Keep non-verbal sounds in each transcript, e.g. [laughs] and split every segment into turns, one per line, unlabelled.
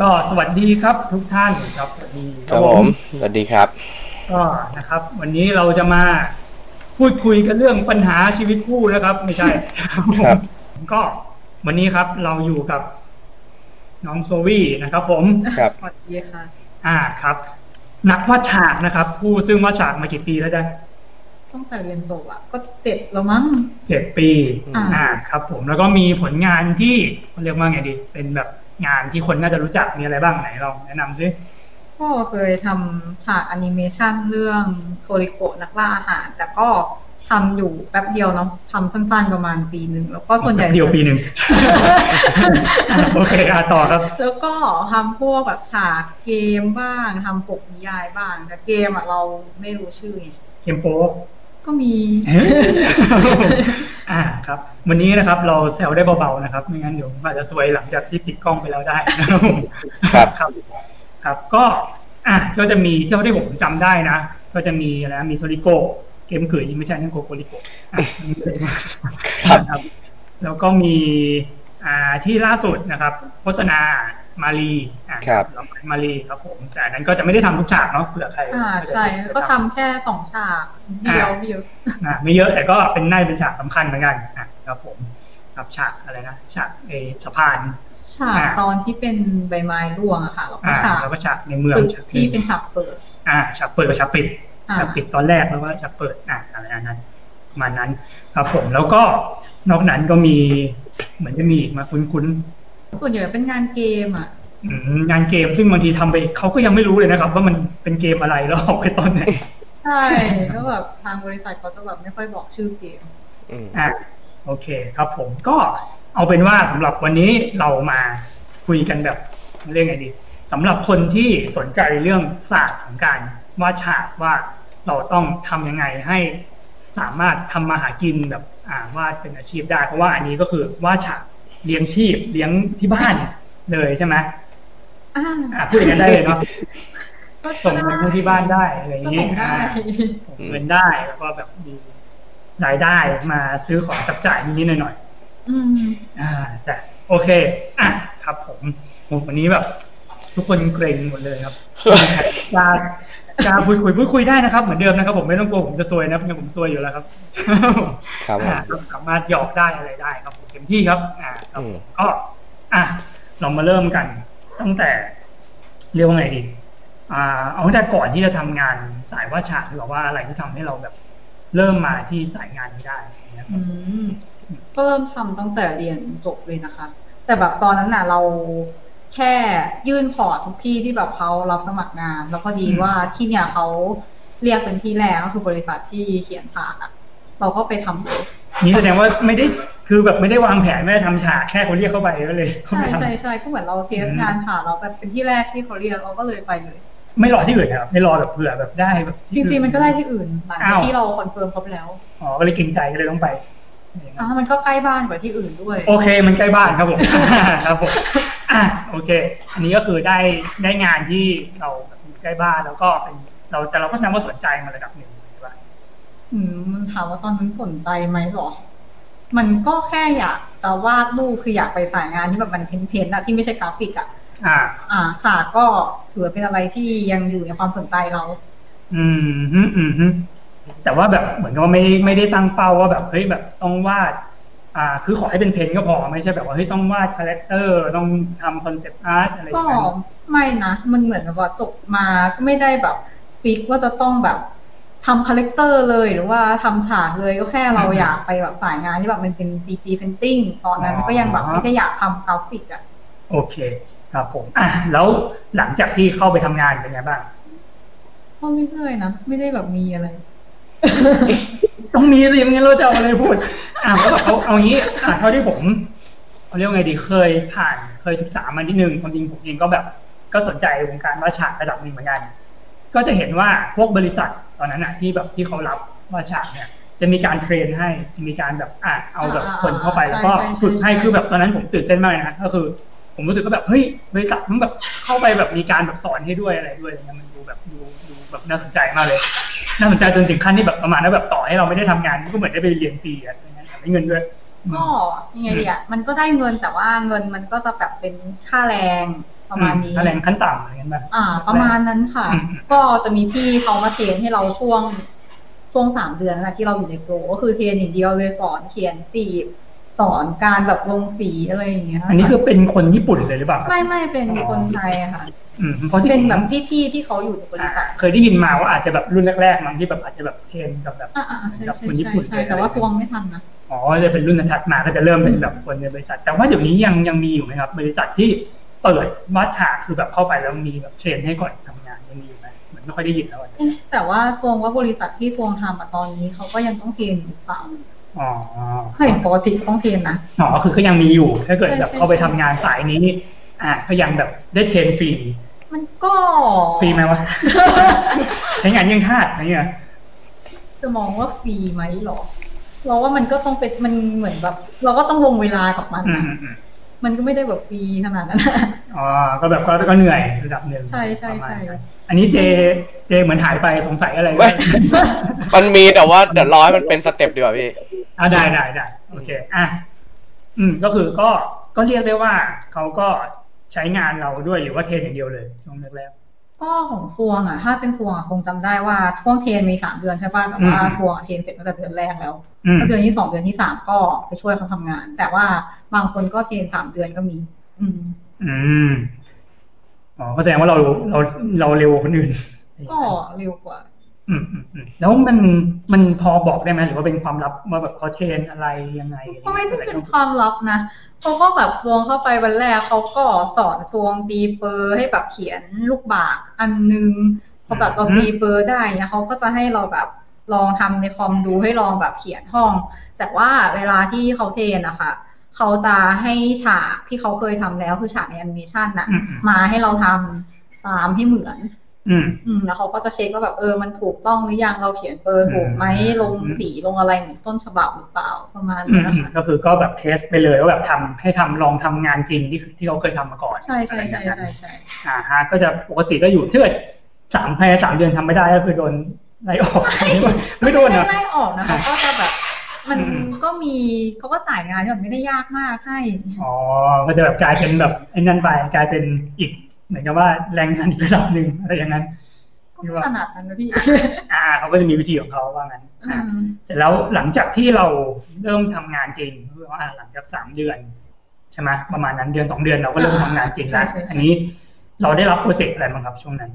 ก็สวัสดีครับทุกท่านครับสวัสดี
ครับผม สวัสดีครับ
ก็นะครับ วันนี้เราจะมาพูดคุยกันเรื่องปัญหาชีวิตคู่นะครับ ไม่ใช่
ครับ
ก็วันนี้ครับเราอยู่กับน้องโซวี่นะครับ ผม
ครับ
สวัสดีค่ะ
อ่าครับ นักวาดฉากนะครับ ผู้ซึ่งวาดฉากมากี่ปีแล้วจ๊ะ
ตั้งแต่เรียนจบอ่ะ ก็เจ็ดแล้วมั้ง
เจ็ดปี
อ่า
อ่าครับ ผมแล้วก็มีผลงานที่เรียกว่าไงดี เป็นแบบงานที่คนน่าจะรู้จักมีอะไรบ้างไหนลองแนะนำสิ
พ่อเคยทำฉากแอนิเมชันเรื่องโทริโกะนักล่าอาหาร แต่ก็ทำอยู่แป๊บเดียวเนาะทำสั้นๆประมาณปีหนึ่ง แล้วก็ส่วนใหญ่
เดียวปีหนึ่ง โอเคอ่ะต่อครับ
แล้วก็ทำพวกแบบฉากเกมบ้างทำปกนิยายบ้าง แต่เกมอ่ะเราไม่รู้ชื่อไง
เกม
[laughs]
โป๊ะ
ก็มี
อ่าครับ วันนี้นะครับ เราแซวได้เบาๆนะครับ ไม่งั้นเดี๋ยวผมอาจจะสวยหลังจากที่ปิดกล้องไปแล้วได้นะครับผม
[laughs] ครับ
ครับครับ ก็อ่ะก็จะมีเท่าที่ผมจำได้นะ ก็จะมีอะไรนะมีโทริโกเกมเขื่อยไม่ใช่นั่นโกโกริโกอ่ะครับ [laughs] แล้วก็มีอ่าที่ล่าสุดนะครับ โฆษณามาลีอ่ะ
ครับ
เามาลีครับผมแต่อันนั้นก็จะไม่ได้ทำทุกฉากเนาะเผื่อใคร
อ่าใช่
จะ
ก็ทำแค่สองฉากเดียวเดียว
อ่ะไม่เยอะแต่ก็เป็นน่าจะเป็นฉากสำคัญเหมือนกันอ่ะครับผมกับฉากอะไรนะฉากเออสะพาน
ฉาก
อ่า
ตอนที่เป็นใบไม้ร่วงอะค่ะ แล้วก็
อ่า
ฉาก
แล้วก็ฉากในเมือง
ตึก
ฉาก
ที่เป็นฉากเปิด
อ่าฉากเปิดกับฉากปิด
อ่า
ฉากปิดตอนแรกแล้วก็ฉากเปิดอ่ะอะไรอันนั้นประมาณนั้นครับผมแล้วก็นอกนั้นก็มีเหมือนจะมีอีกมาคุ้น
ส่วนใหญ่เป็นงานเกมอ่ะ
ๆอืมงานเกมซึ่งบางทีทำไปเขาก็ยังไม่รู้เลยนะครับ ว่ามันเป็นเกมอะไรแล้วออกไปตอนไหน
ใช่ แล้วแบบทางบริษัทเขาจะแบบไม่ค่อยบอกชื่อเกม
อืม
อ่ะโอเคครับผมก็เอาเป็นว่าสำหรับวันนี้เรามาคุยกันแบบเรื่องไงดีสำหรับคนที่สนใจเรื่องศาสตร์ของการวาดฉากว่าเราต้องทำยังไงให้สามารถทำมาหากินแบบอ่าวาดเป็นอาชีพได้ เพราะว่าอันนี้ก็คือวาดฉากเลี้ยงชีพเลี้ยงที่บ้านเลยใช่ไหม
อ่า
อ่ะพูดอย่างนั้นได้เลยเนาะ
ก็
ส่งเงินให้ที่บ้านได้อะไรอย่าง
ก็
นี้
ส่งได้
อ่า เงินได้แล้วก็แบบมีรายได้มาซื้อของจับจ่ายนิดๆหน่อยๆ
อืม
อ่าจ้ะโอเค อ่ะครับผมโหวันนี้แบบ ทุกคนเกรงหมดเลย
[laughs]
ครับ กล้ากล้าพูดคุยพูดคุยได้นะครับ เหมือนเดิมนะครับ ผมไม่ต้องกลัวผมจะซวยนะเพราะผมซวยอยู่แล้วครับ
ครับผม
อ่าสามารถหยอกได้อะไรได้ครับผมเต็มที่ครับอ่าครับ
อืม
ก็อ่ะเรามาเริ่มกัน ตั้งแต่ เรียกว่าไงดีอ่า เอาตั้งแต่ก่อนที่จะทำงานสายวาดฉากหรือว่าอะไรที่ทำให้เราแบบ เริ่มมาที่สายงานนี้ได้อย่างเงี้ย
อืม ก็เริ่มทำตั้งแต่เรียนจบเลยนะคะ แต่แบบตอนนั้นน่ะ เราแค่ยื่นพอร์ตทุกที่ที่แบบเขารับสมัครงาน แล้วพอดี
อืม
ว่าที่เนี่ยเขาเรียกเป็นที่แรกก็คือบริษัทที่เขียนฉากอะเราก็ไปทำเลย
นี่แสดงว่าไม่ได้คือแบบไม่ได้วางแผนไม่ได้ทำฉากแค่คนเรียกเข้าไปก็เลย
ใช่
เข้าไปทำ
ใช่ใช่ก็เหมือนเราเทสงานผ่านเราแบบเป็นที่แรกที่เขาเรียกเราก็เลยไปเลย
ไม่รอที่อื่นนะครับไม่รอแบบเผื่อแบบได้แบบ
จ
ที่อื่
ริง ๆ มันก็ได้ที่อื่นหลังจาก
อ้าว
ที่เราคอนเฟิร์มเขาไปแล้ว
อ๋อก็เลยเกินใจก็เลยต้องไป
อ่ะมันก็ใกล้บ้านกว่าที่อื่นด้วย
โอเคมันใกล้บ้านครับผม [laughs] ครับผมอ่ะโอเค อันนี้ก็คือได้ได้งานที่เราแบบใกล้บ้านแล้วก็เป็นเราแต่เราก็นับว่าสนใจมาระดับหนึ่งใช่ปะ
อืมมันถามว่าตอนนั้นสนใจไหมหรอ มันก็แค่อยากจะวาดรูปคืออยากไปสายงานที่แบบมันเพ้นๆอะที่ไม่ใช่กราฟิกอะ
อ่า
อ่าฉากก็ถือเป็นอะไรที่ยังอยู่ในความสนใจเรา
อืมฮึอืมฮึแต่ว่าแบบเหมือนกับว่าไม่ไม่ได้ตั้งเป้าว่าแบบเฮ้ยแบบต้องวาด อ่า คือขอให้เป็นเพนก็พอไม่ใช่แบบว่าเฮ้ยต้องวาดคาแรคเตอร์ต้องทำคอนเซปต์อาร์ตอะไรอ
ก็
ย่างเงี้ย
ไม่นะ มันเหมือนกับว่าจบมาก็ไม่ได้แบบฟิกว่าจะต้องแบบทำคาแรคเตอร์เลยหรือว่าทำฉากเลยก็แค่เราอยากไปแบบสายงานที่แบบมันเป็น 3D painting ตอนนั้นก็ยังแบบไม่ได้อยากทำกราฟิกอะ
โอเค ครับผม อ่ะแล้วหลังจากที่เข้าไปทำงานเป็นไงบ้าง
ก็เรื่อยๆนะ ไม่ได้แบบมีอะไร
ต้องมีสิไม่งั้นเราจะเอาอะไรพูด อ่ะแล้วแบบเขาเอางี้ อ่ะเท่าที่ผมเขาเรียกว่าไงดีเคยผ่านเคยศึกษามานิดนึงความจริงผมเองก็แบบ ก็สนใจวงการวาดฉากระดับหนึ่งเหมือนกัน ก็จะเห็นว่าพวกบริษัทตอนนั้นอ่ะที่แบบที่เขารับวาดฉากเนี่ย จะมีการเทรนให้มีการแบบอ่ะเอาแบบ
อ่า
คนเข้าไป
ใช่
แล้วก็
ใช่ใช่
ฝึกให้
ใช่
คือแบบตอนนั้นผมตื่นเต้นมากเลยนะก็คือ ผมรู้สึกก็แบบเฮ้ยบริษัทมันแบบเข้าไปแบบมีการแบบสอนให้ด้วยอะไรด้วยอะไรเงี้ยมันดูแบบดูดูแบบน่าสนใจมากเลย น่าสนใจจนถึงขั้นที่แบบประมาณว่าแบบต่อให้เราไม่ได้ทำงานก็เหมือนได้ไปเรียนฟรีอะไรเงี้ยแต่ไม่เงินด้วยอืม
ก็ยังไงดีอะมันก็ได้เงินแต่ว่าเงินมันก็จะแบบเป็นค่าแรง ประมาณนี้
แถลงขั้นต่ำอะไรเงี้ยป่ะ
อ่า ประมาณนั้นค่ะ
อืม
ก็จะมีพี่เขามาเทรนให้เราช่วงช่วงสามเดือนนั่นแหละที่เราอยู่ในโปรก็คือเทรนอย่างเดียวเลยสอนเขียนสีบสอนการแบบลงสีอะไรอย่างเงี้ย
อันนี้คือเป็นคนญี่ปุ่นเลยหรือเปล่าครับ
ไม่ไม่เป็นคนไทยอะค่ะ
อืมเพราะที่
เป็น
ผม
แบบพี่ๆที่เขาอยู่ในบริษัท
เคยได้ยินมาว่าอาจจะแบบรุ่นแรกๆมั้งที่แบบอาจจะแบบเทรนกับแบบ
อ่าอ่าใช่
กับ
ใช่
คนญี่
ใช่
ปุ่น
ใช่
เลย
แต่ว่าทวงไม่ทันนะ
อ๋อจะเป็นรุ่นถัดมาก็จะเริ่มเป็นแบบคนในบริษัท แต่ว่าเดี๋ยวนี้ยังยังมีอยู่ไหมครับ บริษัทที่เปิดวัดฉากคือแบบเข้าไปแล้วมีแบบเทรนให้ก่อนทำงานยังมีอยู่ไหมเหมือนไม่ค่อยได้ยินแล้วอะ
เอ๊ะแต่ว่าทวงว่าบริษัทที่ทวงทำอะตอนนี้เขาก็ยังต้องเทรนอยู่หรือเปล่า
อ๋อ
เคยเห็นปกติต้องเทรนนะ
อ๋อคือก็ยังมีอยู่ถ้าเกิด
ใช่
แบบ
ใช่
เข้าไปทำงานสายนี้นี่อ่ะก็ยังแบบได้เทรนฟรี
มันก็
ฟรีไหม
[laughs]
วะ ใช้งานเยังทาสอะไรเงี้ย
จะมองว่าฟรีไหมหรอ เราว่ามันก็ต้องเป็นมันเหมือนแบบ เราก็ต้องลงเวลากับมัน
อื
นะ
มอืม
มันก็ไม่ได้แบบฟรีขนาดนั้นนะ
อ๋อก็แบบก็ก็เหนื่อยระดับหนึ่ง
ใช่ใช่
ประมาณนั้น
ใช่
อันนี้เจเจเหมือนหายไปสงสัยอะไรไหม
มันมีแต่ว่าเดี๋ยวรอให้มันเป็นสเต็ปดีกว่าพี่
[laughs] อ่าได้ได้ได้โอเคอ่ะอืมก็คือก็ก็เรียกได้ว่าเขาก็ใช้งานเราด้วยหรือว่าเทรนอย่างเดียวเลยช่วงแรก
ก็ของทวงอ่ะ ถ้าเป็นทวงอ่ะคงจำได้ว่าทวงเทรนมีสามเดือนใช่ป่ะแต่ว่า
อืม
ทวงอ่ะเทรนเสร็จตั้งแต่เดือนแรกแล้ว
ๆอืม
ก็เดือนที่สองเดือนที่สามก็ไปช่วยเขาทำงาน แต่ว่าบางคนก็เทรนสามเดือนก็มี อืม
อืมอ๋อก็แสดงว่าเราเราเราเร็วกว่าคนอื่น
ก็เร็วกว่า
อืมอืมอืมแล้วมันมันพอบอกได้ไหมหรือว่าเป็นความลับว่าแบบเขาเทรนอะไรยังไง
ก็ไม่ได้เป็นความลับนะเขาก็แบบซวงเข้าไปวันแรกเขาก็สอนซวงตีเปอร์ให้แบบเขียนลูกบากอันนึงพอแบบเราตีเปอร์ได้เนี่ยเขาก็จะให้เราแบบลองทำในคอมดูให้ลองแบบเขียนห้อง แต่ว่าเวลาที่เขาเทรนนะคะเขาจะให้ฉากที่เขาเคยทำแล้วคือฉากในแอนิเมชันน่ะ
อืมอืม
มาให้เราทำตามให้เหมือน
อืม
อืมแล้วเขาก็จะเช็คว่าแบบเออมันถูกต้องหรือยังเราเขียนเปอร์ถูกไหม
อืม
ลงสีลงอะไรเหมือนต้นฉบับหรือเปล่าประมาณ
อื
นี้
ม
น
อืม
นะคะ
ก็คือก็แบบเทสไปเลยว่าแบบทำให้ทำลองทำงานจริงที่ที่เขาเคยทำมาก่อน
ใช่ใช่
อะไรอย่าง
ใช่
นั้น
ใช่ใช่
อ่าฮะก็จะปกติก็อยู่ถ้าเกิดสามภายในสามเดือนทำไม่ได้ก็คือโดนไล่อ
[laughs]
อกไม่โดน
ไม่
นะ
ไล่ออกนะคะ ก็จะแบบ มัน
อืม
ก็มีเขาก็จ่ายงานที่แบบไม่ได้ยากมากให้
อ๋อก็จะแบบกลายเป็นแบบไอ้นั่นไปกลายเป็นอีก เหมือนกับว่าแรงงานอีกระดับหนึ่งอะไรอย่างนั้น [laughs]
ก็ไม่ขนาดนั้นนะพี่
อ่าเขาก็จะมีวิธีของเขาว่างั้น
อื
อ่ะ
ม
เสร็จแล้วหลังจากที่เราเริ่มทำงานจริงก็คือว่าหลังจากสามเดือนใช่ไหมประมาณนั้นเดือนสองเดือนเราก็เริ่มทำงานจริงแล้วอันนี้เราได้รับโปรเจกต์อะไรบ้างครับช่วงนั้น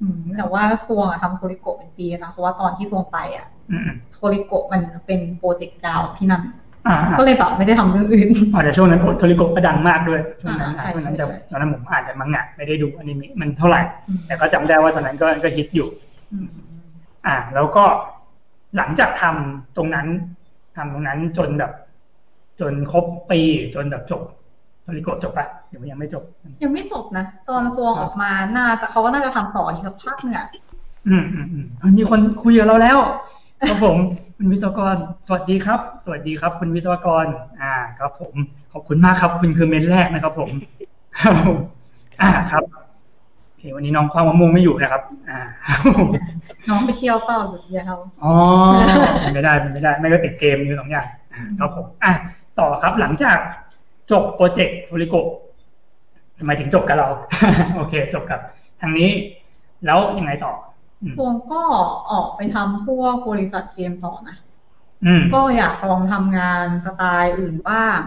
อืมแต่ว่าซวงอะทำโคริโกะเป็นปีนะเพราะว่าตอนที่ซวงไปอ่ะ
อืม
โคริโกะมันเป็นโปรเจกต์ดาวที่นั่น
ๆอ่าๆ
ก็เลยแบบไม่ได้ทำเรื่องอื่น
อ๋อแต่ช่วงนั้นโอโทริโกะก็ดังมากด้วยช่วงนั้น
อ่าใช่
ช่วงนั้น
ใช่
แต่
ใช่
ตอนนั้นผมอ่านแต่มังงะไม่ได้ดูอนิเมะมันเท่าไหร่
อืม
แต่ก็จำได้ว่าตอนนั้นก็ก็ฮิตอยู่
อืม
อ่า แล้วก็หลังจากทำตรงนั้นทำตรงนั้นจนแบบ จนครบปีจนแบบจบโทริโกะจบปะเดี๋ยวยังไม่จบ
ยังไม่จบนะตอนซวงออกมาน่าจะเขาก็น่าจะทำต่ออีกสักพักหนึ่งอะ
อืมอืมอืมเฮ้ยมีคนคุยกับเราแล้วครับผม คุณวิศวกร สวัสดีครับ สวัสดีครับคุณวิศวกร อ่า ครับผม ขอบคุณมากครับ คุณคือเมนแรกนะครับผมครับผมอ่าครับโอเควันนี้น้องความมะม่วงไม่อยู่นะครับ อ่า
น้องไปเที่ยวเปล่าหยุดยาว
อ๋อเป็นไม่ได้เป็นไม่ได้ ไม่ก็ติดเกมอยู่สองอย่างครับผมอ่ะต่อครับหลังจากจบโปรเจกต์โทริโกะทำไมถึงจบกับเรา โอเค จบกับ ทางนี้ แล้วยังไงต่อ อืม
ซวงก็ออกไปทำพวกบริษัทเกมต่อนะ
อืม
ก็อยากลองทำงานสไตล์อื่นบ้าง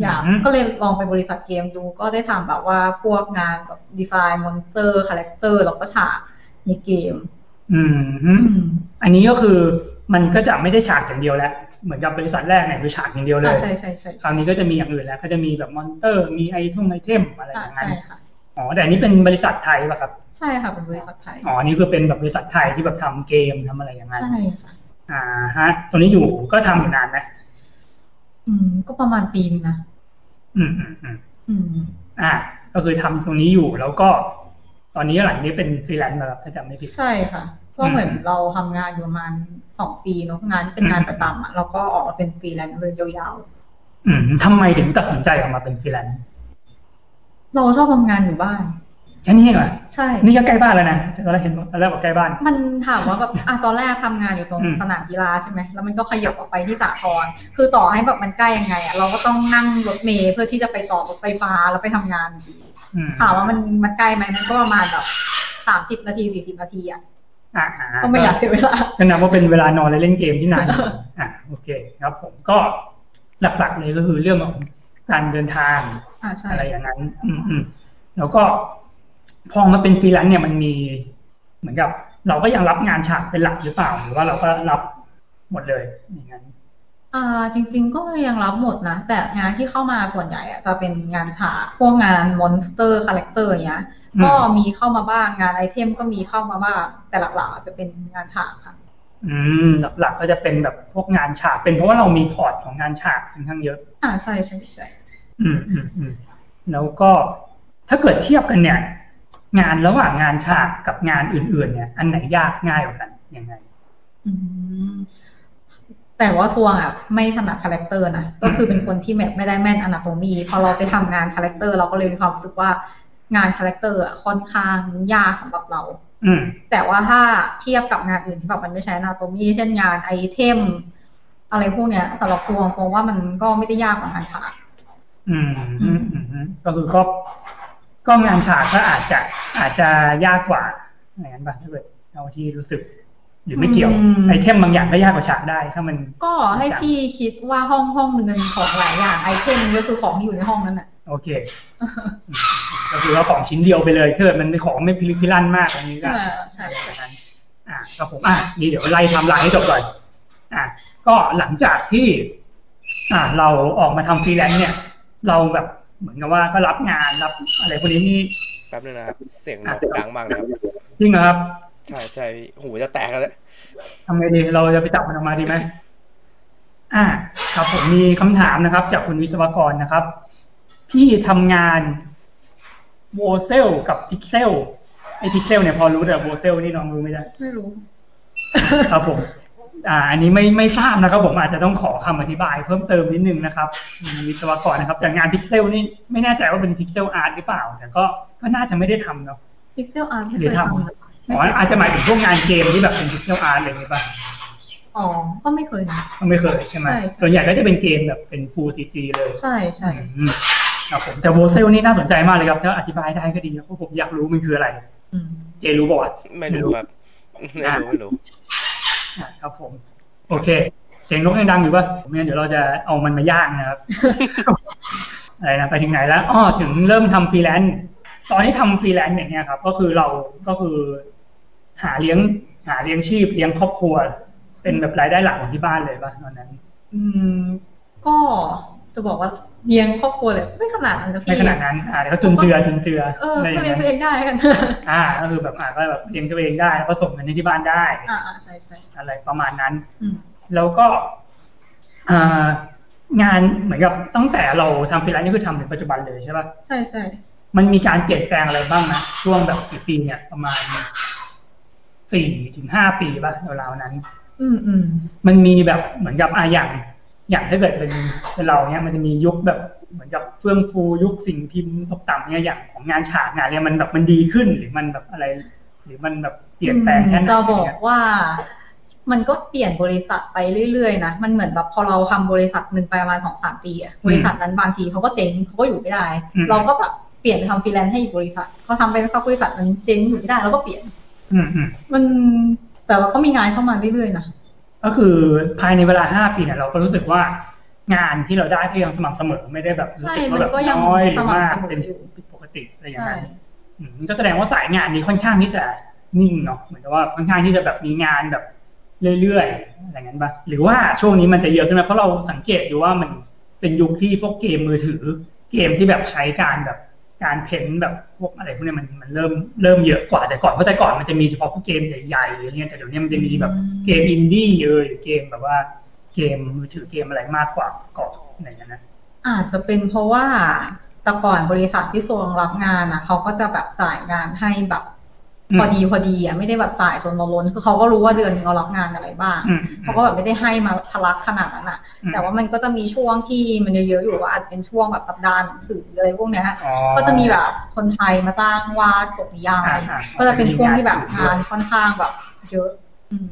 อยาก
อืม
ก็เลยลองไปบริษัทเกมดู ก็ได้ทำแบบว่าพวกงานแบบดีไซน์มอนเตอร์คาแรคเตอร์แล้วก็ฉากในเกม
อื
อื
ม
ม
อันนี้ก็คือมันก็จะไม่ได้ฉากอย่างเดียวแล้ว เหมือนกับบริษัทแรกเนี่ยคือฉากอย่างเดียวเล
อ่าย ใช่ใช่ใช่
คราวนี้ก็จะมีอย่างอื่นแล้วก็จะมีแบบมอนเตอร์ มีไอทุ่งไอเทมอะไรอ
อ่า
ย่างนั้
ใช่
น
ค่ะ
อ๋อแต่อันนี้เป็นบริษัทไทยป่ะครับ
ใช่ค่ะเป็นบริษัทไทย
อ๋ออันนี่คือเป็นแบบบริษัทไทยที่แบบทำเกมทำอะไรอย่างนั้น
ใช่ค่ะ
อ่าฮะตัวนี้อยู่ก็ทำอยู่นานนะ
อืม ก็ประมาณปีนึงนะ
อืมอืมอืม
อืม
อ่า ก็คือทำตรงนี้อยู่แล้วก็ ตอนนี้หลังนี้เป็นฟรีแลนซ์แล้วครับถ้าจำไม่ผิด
ใช่ค่ะ ก็เหมือน
อืม
เราทำงานอยู่ประมาณสองปีเนอะงานที่เป็นงานประจำอะเราก็ออกมาเป็นฟรีแลนซ์เลยยาว
อืมทำไมถึงตัดสินใจออกมาเป็นฟรีแลนซ์
ๆ เราชอบทำงานอยู่บ้าน
แค่นี้เหรอ
ใช่
นี่ก็ใกล้บ้านแล้วนะตอนแรกเห็นตอนแรกบอกใกล้บ้าน
มันถามว่าแบบอ่ะตอนแรกทำงานอยู่ตรง
อืม
สนามกีฬาใช่ไหมแล้วมันก็ขยับออกไปที่สาทรคือต่อให้แบบมันใกล้ยังไงอะเราก็ต้องนั่งรถเมล์เพื่อที่จะไปต่อรถไฟฟ้าแล้วไปทำงานอยู่ดี
อืม
ถามว่ามันมันไกลไหมมันก็ประมาณแบบสามสิบนาทีสี่สิบนาทีอ่ะ
อ่า
ก็ไม่อยากเสียเวลา
ก็นับว่าเป็นเวลานอนและเล่นเกมที่
[laughs]
นาน อ่าโอเคครับ ผมก็หลักๆเลยก็คือเรื่องของการเดินทาง
อ่าใช่
อะไรอย่างนั้น อืมอืมแล้วก็ พอมาเป็นฟรีแลนซ์เนี่ยมันมี เหมือนกับ เราก็ยังรับงานฉากเป็นหลักหรือเปล่า หรือว่าเราก็รับหมดเลยอย่างนั้น
อ่าจริง ๆ ก็ยังรับหมดนะ แต่งานที่เข้ามาส่วนใหญ่อะจะเป็นงานฉากพวกงานมอนสเตอร์คาแรคเตอร์เนี้ย
อืม
ก็มีเข้ามาบ้างงานไอเทมก็มีเข้ามาบ้างแต่หลักๆอะจะเป็นงานฉากค่ะ
อืม หลักๆก็จะเป็นแบบพวกงานฉาก เป็นเพราะว่าเรามีพอร์ตของงานฉากค่อนข้างเยอะ
อ่าใช่ใช่ใช่
อืมอืมอืมแล้วก็ถ้าเกิดเทียบกันเนี่ย งานระหว่างงานฉากกับงานอื่น ๆ เนี่ย อันไหนยากง่ายกว่ากันยังไง
อืมแต่ว่าทวงอ่ะไม่ถนัดคาแรคเตอร์นะก็คือเป็นคนที่แบบไม่ได้แม่นอนาโตมีพอเราไปทำงานคาแรคเตอร์เราก็เลยมีความรู้สึกว่างานคาแรคเตอร์อะค่อนข้างยากสำหรับเรา
อืม
แต่ว่าถ้าเทียบกับงานอื่นที่แบบมันไม่ใช้นาโตมีเช่นงานไอเทม อะไรพวกเนี้ยสำหรับฟวงฟวงว่ามันก็ไม่ได้ยากกว่างานฉาก
อืมอืมอืมอืมก็คือก็ก็งานฉากก็อาจจะอาจจะยากกว่าอะไรนั้นป่ะถ้าเกิดเอาที่รู้สึกหรือไม่เกี่ยว
อืม
ไอเทมบางอย่างก็ยากกว่าฉากได้ ถ้ามัน
ก็ให้พี่คิดว่าห้องห้องหนึ่งของหลายอย่างไอเทมก็คือของที่อยู่ในห้องนั้นน่ะ
โอ
[laughs]
เคอืมก็คือว่าของชิ้นเดียวไปเลยถ้าเกิดมันเป็นของไม่พลิกพลั่นมากอันนี้ก็
อ่าใช่ใช่
แบบนั้นอ่ะก็ผมอ่ะนี่เดี๋ยวไล่ไทำลายให้จบก่อนอ่ะก็หลังจากที่ อ่ะเราออกมาทำฟรีแลนซ์เนี่ย เราแบบเหมือนกับว่าก็รับงานรับอะไรพวกนี้นี่
แป๊บนึงนะครับ เสียงนกดังมากนะครับ
จริงเหรอครับ
ใช่ใช่พี่หูจะแตกแล้วเนี่ย
ทำไงดีเราจะไปจับมันออกมาดีไหมอ่า ครับผมมีคำถามนะครับ จากคุณวิศวกรนะครับ พี่ทำงานโวเซลกับพิกเซลไอพิกเซลเนี่ยพอรู้แต่โวเซลนี่น้องรู้ไม่ได้
ไม่รู้
ครับผม อ่า อันนี้ไม่ไม่ทราบนะครับผมอาจจะต้องขอคำอธิบายเพิ่มเติมนิดนึงนะครับมีวิศวกรนะครับ แต่งานพิกเซลนี่ไม่แน่ใจว่าเป็นพิกเซลอาร์ตหรือเปล่า แต่ก็ก็น่าจะไม่ได้ทำเนาะ
พิกเซลอาร์ไม่
ห
เค
รือท
ยทำนะ
ำอ๋ออาจจะหมายถึงพวกงานเกมที่แบบเป็นพิกเซลอาร์ตอะไรอย่างเงี้ยป่ะ
อ๋อ ก็ไม่เคยนะ
ไม่เคยใช่ไหม
ใช่ใช่
ส่วนใหญ่ก็จะเป็นเกมแบบเป็นฟูลซีจีเลย
ใช่ใช่
อืมครับผมแต่โวเซลนี่น่าสนใจมากเลยครับถ้าอธิบายได้ก็ดีครับเพราะผมอยากรู้มันคืออะไร
อืม
เจรู้ป่าวะ
ไม่รู้ครับ ไม่รู้ไม่รู้
อ่ะครับผม โอเค เสียงนกยังดังอยู่ป่ะไม่งั้นเดี๋ยวเราจะเอามันมาย่าง [laughs] นะครับ อะไรนะไปถึงไหนแล้วอ้อถึงเริ่มทำฟรีแลนซ์ตอนที่ทำฟรีแลนซ์อย่างเงี้ยครับ ก็คือเราก็คือ หาเลี้ยงหาเลี้ยงชีพเลี้ยงครอบครัว เป็นแบบรายได้หลักของที่บ้านเลยป่ะตอนนั้น
อืม ก็จะบอกว่าเลี้ยงครอบครัวเลยไม่ขนาดนั้นนะ
ไม่
พี่
ขนาดนั้น อ่าเดี๋ยวก็จุนเจือจุนเจือ
เออ
อะไรอ
ก็
ย่างนั้น
เลี้ยงตัวเองได้
[laughs]
กัน
อ่า ก็คือแบบอ่าก็แบบเลี้ยงตัวเองได้แล้วก็ส่งเงินให้ที่บ้านได้
อ่าอ่าใช่ใช่
อะไรประมาณนั้น
อืม
แล้วก็อ่างานเหมือนกับตั้งแต่เราทำฟรีแลนซ์นี่คือทำถึงปัจจุบันเลยใช่ป่ะ
ใช่ใช่
มันมีการเปลี่ยนแปลงอะไรบ้างนะช่วงแบบกี่ปีเนี่ยประมาณสี่ถึงห้าปีป่ะราวๆนั้น
อืมอืม
มันมีแบบเหมือนกับอ่าอย่าง อย่างถ้าเกิดเป็นเป็นเราเนี่ยมันจะมียุคแบบเหมือนกับเฟื่องฟูยุคสิ่งพิมพ์ตกต่ำเนี่ยอย่างของงานฉากงานเนี่ยมันแบบมันดีขึ้นหรือมันแบบอะไร หรือมันแบบเปลี่ยนแปลงแค่ไหน
จะบอกว่ามันก็เปลี่ยนบริษัทไปเรื่อยๆนะ มันเหมือนแบบพอเราทำบริษัทหนึ่งไปประมาณสองสามปีอะบริษัทนั้นบางทีเขาก็เจ๊งเขาก็อยู่ไม่ได้ เราก็แบบเปลี่ยนไปทำฟรีแลนซ์ให้อีกบริษัทเขาทำไปสักบริษัทนั้นเจ๊งอยู่ไม่ได้เราก็เปลี่ยน
อืมอืม
มันแต่เราก็มีงานเข้ามาเรื่อยๆนะ
ก็คือภายในเวลาห้าปีเนี่ยเราก็รู้สึกว่างานที่เราได้ก็ยังสม่ำเสมอไม่ได้แบบรู้
ใช่
สึก
มั
ว่านแบบ
ก็ยัง
น้อยห
ส
รือมาก
ม่ำเสม
เป็
อน อยู่
ผิดปกติอะไรอย่าง
ใช่
นั้น อืมก็แสดงว่าสายงานนี้ค่อนข้างที่จะนิ่งเนาะเหมือนกับว่าค่อนข้างที่จะแบบมีงานแบบเรื่อยๆอะไรงั้นปะหรือว่าช่วงนี้มันจะเยอะขึ้นไหมเพราะเราสังเกตอยู่ว่ามันเป็นยุคที่พวกเกมมือถือ เกมที่แบบใช้การแบบการเพ้นท์แบบพวกอะไรพวกเนี้ยมันมันเริ่มเริ่มเยอะกว่าแต่ก่อนเพราะแต่ก่อนมันจะมีเฉพาะพวกเกมใหญ่ๆอะไรเงี้ยแต่เดี๋ยวนี้มันจะมีแบบเกมอินดี้เอยหรือเกมแบบว่าเกมมือถือเกมอะไรมากกว่าก่อนอะไรเงี้ยนะ
อาจจะเป็นเพราะว่าแต่ก่อนบริษัทที่ส่งรับงานนะเขาก็จะแบบจ่ายงานให้แบบ
ม
พอดีพอดีอ่ะไม่ได้แบบจ่ายจนเราล้นคือเขาก็รู้ว่าเดือนหนึ่งเรารับงานอะไรบ้าง
อืม
เขาก็แบบไม่ได้ให้มาทะลักขนาดนั้นอ่ะ
อืม
แต่ว่ามันก็จะมีช่วงที่มันเยอะๆอยู่ว่าอาจจะเป็นช่วงแบบสัปดาห์หนังสืออะไรพวกเนี้ย
อ๋อ
ก็จะมีแบบคนไทยมาจ้างวาดบทนิยาย
อ่าๆ
ก็จะเป็นช่วงที่แบบงานค่อนข้างแบบเยอะ อืม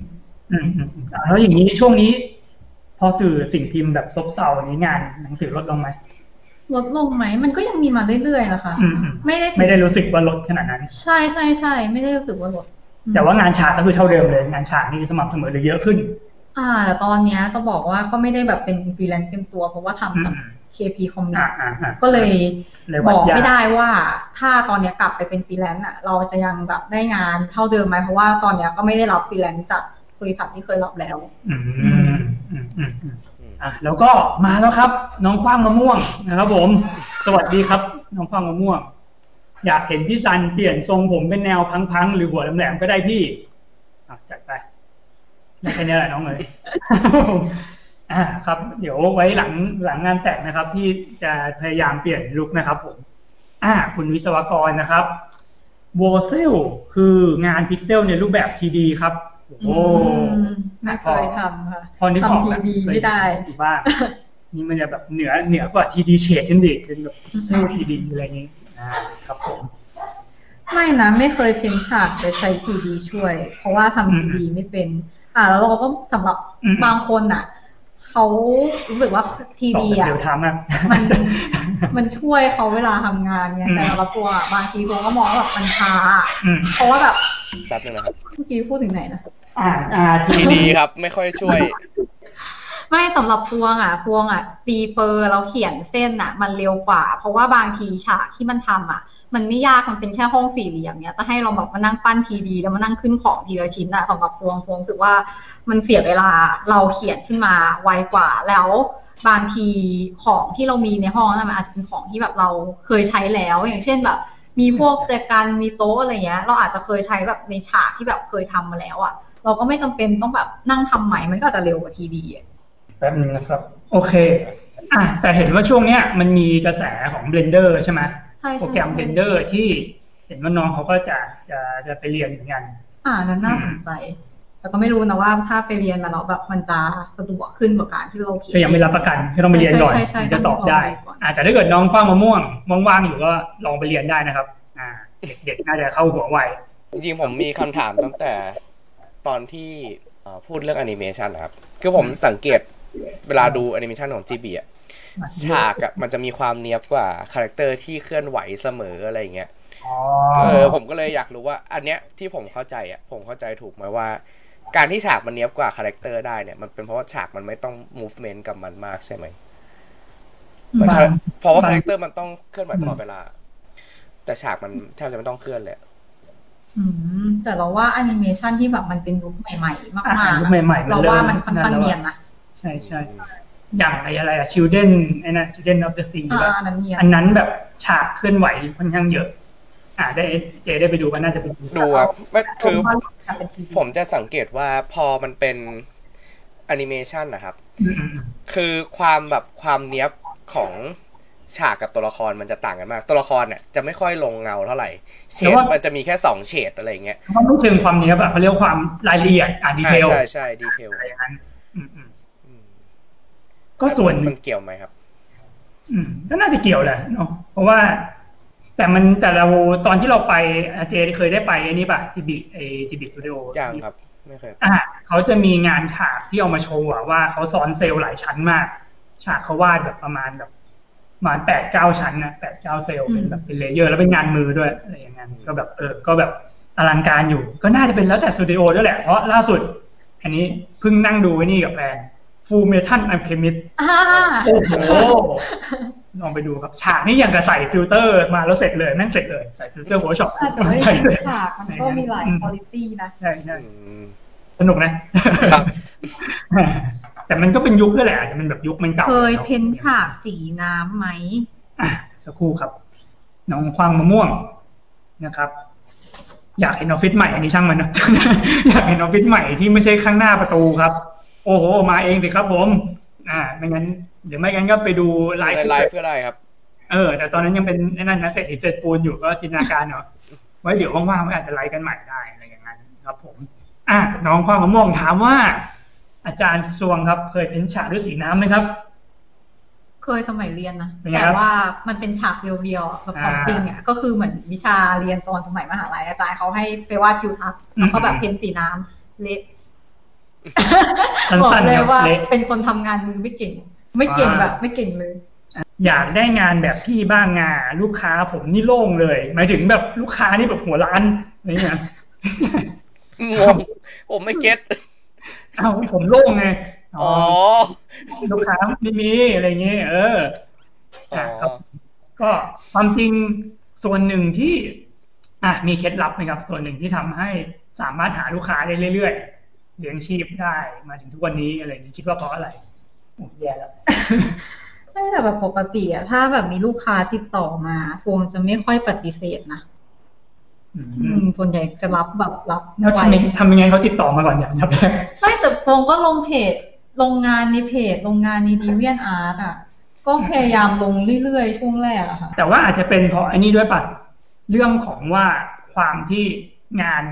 อืมอืมอืมอ่าแล้วอย่างนี้ช่วงนี้ พอสื่อสิ่งพิมพ์แบบซบเซาอย่างนี้งานหนังสือลดลงไหม
ลดลงไหมมันก็ยังมีมาเรื่อยๆนะคะ
อืมอืม
ไม่ได้ถึง
ไม่ได้รู้สึกว่าลดขนาดนั้น
ใช่ใช่ใช่ไม่ได้รู้สึกว่าลดอืม
แต่ว่างานฉากก็คือเท่าเดิมเลยงานฉากนี่สม่ำเสมอหรือเยอะขึ้น
อ่าแต่ตอนเนี้ยจะบอกว่าก็ไม่ได้แบบเป็นฟรีแลนซ์เต็มตัว เพราะว่าทำกับ
อืม
KP คอมมิ
อ่าอ่าอ่า
ก็เลย
เลย
บ
วัด
อก
ยาก
ไม่ได้ว่าถ้าตอนเนี้ยกลับไปเป็นฟรีแลนซ์อ่ะเราจะยังแบบได้งานเท่าเดิมไหมเพราะว่าตอนเนี้ยก็ไม่ได้รับฟรีแลนซ์จากบริษัทที่เคยรับแล้ว
อืมอืมอืมอืมอ่ะแล้วก็มาแล้วครับ น้องคว้างมะม่วงนะครับผม สวัสดีครับ น้องคว้างมะม่วง อยากเห็นพี่ซันเปลี่ยนทรงผมเป็นแนวพังๆหรือหัวแหลมๆก็ได้พี่อ่ะจัดไปได้แค่นี้แหละน้องเลยอ่ะครับ เดี๋ยวไว้หลังหลังงานแต่งนะครับ ที่จะพยายามเปลี่ยนลุคนะครับ ผม อ่า คุณวิศวกรนะครับ โวเซลคืองานพิกเซลในรูปแบบ 3D ครับ โอ้
อืมไม่เคยทำค่ะ
พอนึกออก
ทำที
แล้ว
ดีไม่ได้
อยู่บ้าง นี่มันจะแบบเหนือเหนือกว่าทีดีเฉดขึ้นดิเป็นแบบสู้ทีดีอะไรอย่างงี้อ่าครับผม
ไม่นะไม่เคยเพ้นฉากไปใช้ทีดีช่วย เพราะว่า
อืม
ทำทีดีไม่เป็น อ่าแล้วเราก็สำหรับ
อืม
บางคนอ่ะเขารู้สึกว่าที
ตอบ
ดี
แบบ
อ่ะ
เร็วทามาก
มันมันช่วยเขาเวลาทำงานไง
อืม
แต่ละตัวบางทีผมก็มองว่าแบบมันช้า
อืม
เพราะว่าแบบ
แป๊บนึงนะครับ
เมื่อกี้พูดถึงไหนนะ
อ่าอ่าที
ที
ดี
ดีครับ ไม่ค่อยช่วย
ไม่สำหรับพวงอ่ะพวงอ่ะตีเปอร์เราเขียนเส้นอ่ะ มันเร็วกว่า เพราะว่าบางทีฉากที่มันทำอ่ะ มันไม่ยากมันเป็นแค่ห้องสี่เหลี่ยมเนี้ยจะให้เราแบบมานั่งปั้นทีดีแล้วมานั่งขึ้นของทีละชิ้นอ่ะสำหรับพวงพวงรู้สึกว่ามันเสียเวลาเราเขียนขึ้นมาไวกว่าแล้ว บางทีของที่เรามีในห้องนั้นมันอาจจะเป็นของที่แบบเราเคยใช้แล้ว อย่างเช่นแบบ มีพวกแจกันมีโต๊ะอะไรเงี้ย เราอาจจะเคยใช้แบบในฉากที่แบบเคยทำมาแล้วอะ่ะ เราก็ไม่จำเป็นต้องแบบนั่งทำใหม่มันก็อาจจะเร็วกว่าทีดีอะ
แป๊บนึงนะครับ โอเค อ่ะแต่เห็นว่าช่วงเนี้ย มันมีกระแสของ Blender ใช่ไหม
ใช่ใช่
โปรแกรม
ใช่
Blender ที่เห็นว่าน้องเขาก็จะจะจะไปเรียนเหมือนกัน
อ่านั้นน่าสนใจแต่ก็ไม่รู้นะว่าถ้าไปเรียนมาแล้วแบบมันจะสะดวกขึ้นกว่าการที่เราเขียน
ก็ยังไม่รับประกันก็ต้องไปเรียนก่อน
ใช่ใช่ใช่
ถึงจะตอบได้
ต้องลองดูก่อน
อ่าแต่ถ้าเกิดน้องคว้างมะม่วงว่างๆอยู่ก็ลองไปเรียนได้นะครับ อ่า เด็กๆน่าจะเข้าหัวไว
จริงๆผมมีคำถามตั้งแต่ตอนที่เอ่อพูดเรื่องแอนิเมชันนะครับ คือผมสังเกตเวลาดูแอนิเมชันของจีบีอะฉากอะมันจะมีความเนียบกว่าคาแรคเตอร์ที่เคลื่อนไหวเสมออะไรอย่างเงี้ย
อ๋อ
เออผมก็เลยอยากรู้ว่า อันเนี้ยที่ผมเข้าใจอ่ะผมเข้าใจถูกไหมว่า การที่ฉากมันเนี้ยบกว่าคาแรคเตอร์ได้เนี่ยมันเป็นเพราะว่าฉากมันไม่ต้อง movement กับมันมากใช่ไหม
อืม
มัน chara- เพราะว่าคาแรคเตอร์มันต้องเคลื่อนไหวตลอดเวลา แต่ฉากมันแทบจะไม่ต้องเคลื่อนเลย
อืมแต่เราว่าแอนิเมชันที่แบบมันเป็นยุคใหม่ ๆ มา
อ่ะ
ก
ยุคใหม่ๆ
ๆ
มั
เรา
นเริ่ม
ว่ามันค่อนข้างเนียนนะ
ใช่ใช่อย่างไอ้อะไรอะ Children ไอ้นะ Children of the Sea
อ่า
แบบ
อันนั้นเนียน
อันนั้นแบบฉากเคลื่อนไหวค่อนข้างเยอะ อ่าได้เจได้ไปดูก็น่าจะเป็น
ดูอ่ะไม่คือ
ผมว่าจะเป็นทีวี
ผมจะสังเกตว่าพอมันเป็นแอนิเมชันนะครับ
อืม
คือความแบบความเนี้ยบของฉากกับตัวละครมันจะต่างกันมาก ตัวละครเนี่ยจะไม่ค่อยลงเงาเท่าไหร่เฉดมันจะมีแค่สองเฉดอะไรอย่างเงี้ย
ๆมันไม่เชิงความเนี้ยบอะเขาเรียกความรายละเอียดอ่าดี
อ่า
เทล
ใช่ใช่ดีเทล
อะไรอย่างนั้นอืมๆก็ส่วนหนึ่
มั
ง
นเกี่ยวไหมครับ
อืมก็น่าจะเกี่ยวแหละเนาะเพราะว่า แต่มันแต่เราตอนที่เราไปอาเจเคยได้ไปไอันนี้ป่ะจิบิไอจิบิสตูดิโอ
ยังครับ ไม่เคย
อ่าเขาจะมีงานฉากที่เอามาโชว์อะว่าเขาซ้อนเซลล์หลายชั้นมาก ฉากเขาวาดแบบประมาณแบบประมาณแปดเก้าชั้นนะแปดเก้าเซลล์เป็นแบบเป็นเลเยอร์ แล้วเป็นงานมือด้วยอะไรอย่างนั้นก็แบบเออก็แบบอลังการอยู่ ก็น่าจะเป็นแล้วแต่สตูดิโอด้วยแหละเพราะล่าสุด อันนี้เพิ่งนั่งดูไอ้นี่กับแฟนฟูเมทัลอัลเคมิส
อ่า
โอ้โหลองไปดูครับ ฉากนี่อย่างกับใส่ฟิลเตอร์มาแล้วเสร็จเลยแม่งเสร็จเลย ใส่ฟิลเตอร์หัวช็อต
แต่ไม่
ใส่เลย
ฉากมันก็มีหลาย
อืม
คุณตี้นะ
ใช่ใช่
อืม
สนุกนะ
ครับ
[laughs] แต่มันก็เป็นยุคด้วยแหละแต่มันแบบยุคมันเก่า
เคยเพ้น
อะ
ฉากสีน้ำไหม
อ่ะสักครู่ครับ น้องควางมะม่วงนะครับ อยากเห็นออฟฟิศใหม่อันนี้ช่างมันนะ [laughs] อยากเห็นออฟฟิศใหม่ที่ไม่ใช่ข้างหน้าประตูครับ โอ้โห มาเองสิครับผม อ่าไม่งั้นหรือไม่งั้นก็ไปดูไลฟ์
ในไลฟ์ก็ได้ครับ
เออแต่ตอนนั้นยังเป็นไอ้นั่นนะเศษอิฐเศษปูนอยู่ก็จินตนาการเนาะไว้เดี๋ยวว่างๆมันอาจจะไลฟ์กันใหม่ได้อะไรอย่างนั้นครับ ผม อ่ะน้องความมะม่วงถามว่า อาจารย์สวงครับเคยเพ้นฉากด้วยสีน้ำไหมครับ
เคยสมัยเรียนนะ
เป็นไง
แต่
ครับ
ว่ามันเป็นฉากเรียวๆอะแบบของ
อ่า
จริงอ่ะ ก็คือเหมือนวิชาเรียนตอนสมัยมหาลัยอาจารย์เขาให้ไปวาดทิวทัศน์แล้วก็แบบ
อืม
เพ้นสีน้ำเละบอก
สั้นๆ
กเล
ค
ย
รับ
ว่า
เละ
เป็นคนทำงานมือไม่เก่ง ไม่เก่ง
อ่า
แบบไม่เก่งเลย
อยากได้งานแบบพี่บ้างงาลูกค้าผมนี่โล่งเลย หมายถึงแบบลูกค้านี่แบบหัวล้านอะไรเงี้ย
งงผมไม่เก็ต
เอ้าผมโล่งไง
อ๋อ
ลูกค้าไม่มีอะไรเงี้ยเออ
อ๋อ
ก็ความจริงส่วนหนึ่งที่ อ่ะมีเคล็ดลับไหมครับส่วนหนึ่งที่ทำให้สามารถหาลูกค้าได้เรื่อยๆเลี้ยงชีพได้มาถึงทุกวันนี้อะไรอย่างนี้คิดว่าเพราะอะไรโอ้แย่แล้ว
ไม่แต่แบบปกติอะถ้าแบบมีลูกค้าติดต่อมาโฟมจะไม่ค่อยปฏิเสธนะ
อืม
อืมส่วนใหญ่จะรับแบบรับ
แล้ว
ไ
ทำยังทำยังไงเขาติดต่อมาก่อน [laughs] อย่างครับแรก
ไม่แต่ทรงก็ลงเพจลงงานในเพจลงงานในดีเวียนอาร์ตอ่ะ ก็พยายามลงเรื่อยๆ ช่วงแรกอะค่ะ
แต่ว่าอาจจะเป็นเพราะไอันนี้ด้วยป่ะเรื่องของว่าความที่งาน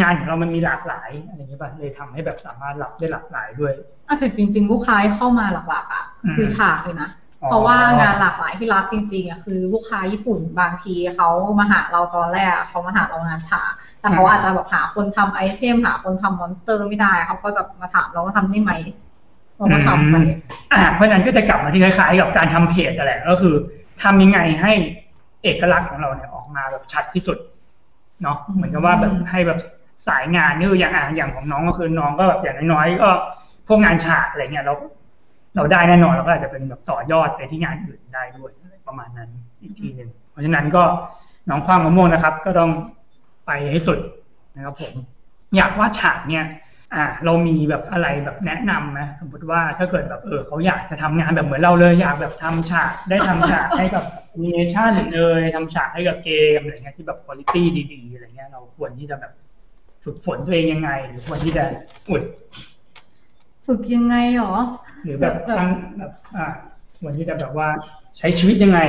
งานของเรามันมีหลากหลายอะไรอย่างนี้ยป่ะเลยทำให้แบบสามารถรับได้หลากหลายด้วย
อ่ะแต่จริง ๆ ลูกค้าที่เข้ามาหลักๆอ่ะ
อืม
คือฉากเลยนะ เพราะว่างานหลากหลายที่รับจริงๆอ่ะคือลูกค้าญี่ปุ่นบางทีเขามาหาเราตอนแรกอะเขามาหาเรางานฉากแต่เขา
อืม
อาจจะแบบหาคนทำไอเทมหาคนทำมอนสเตอร์ไม่ได้เขาก็จะมาถามเราว่าทำได้ไหมเราก็ทำไป
อ่าเพราะฉะนั้นก็จะกลับมาที่คล้ายๆ กับการทำเพจนั่นแหละก็คือทำยังไงให้เอกลักษณ์ของเราเนี่ยออกมาแบบชัดที่สุดเนาะเหมือนกับว่าแบบให้แบบสายงานนี่คืออย่างอ่ะอย่างของน้องก็คือน้องก็แบบอย่างน้อยๆก็พวกงานฉากอะไรเงี้ยเราเราได้แน่นอนเราก็อาจจะเป็นแบบต่อยอดไปที่งานอื่นได้ด้วยอะไรประมาณนั้นอีกทีหนึ่งเพราะฉะนั้นก็น้องความมะม่วงนะครับ ก็ต้องไปให้สุดนะครับผม อยากว่าฉากเนี่ย อ่า เรามีแบบอะไรแบบแนะนำไหมสมมติว่าถ้าเกิดแบบเออเขาอยากจะทำงานแบบเหมือนเราเลย อยากแบบทำฉากได้ทำฉากให้กับแอนิเมชันเลยทำฉากให้กับเกมอะไรเงี้ยที่แบบคุณภาพดีๆอะไรเงี้ยเราควรที่จะแบบฝึกฝนตัวเองยังไง หรือควรที่จะอุด
ฝึกยังไงหรอ
หรือแบบตั้งแบบอ่าควรที่จะแบบว่าใช้ชีวิตยังไง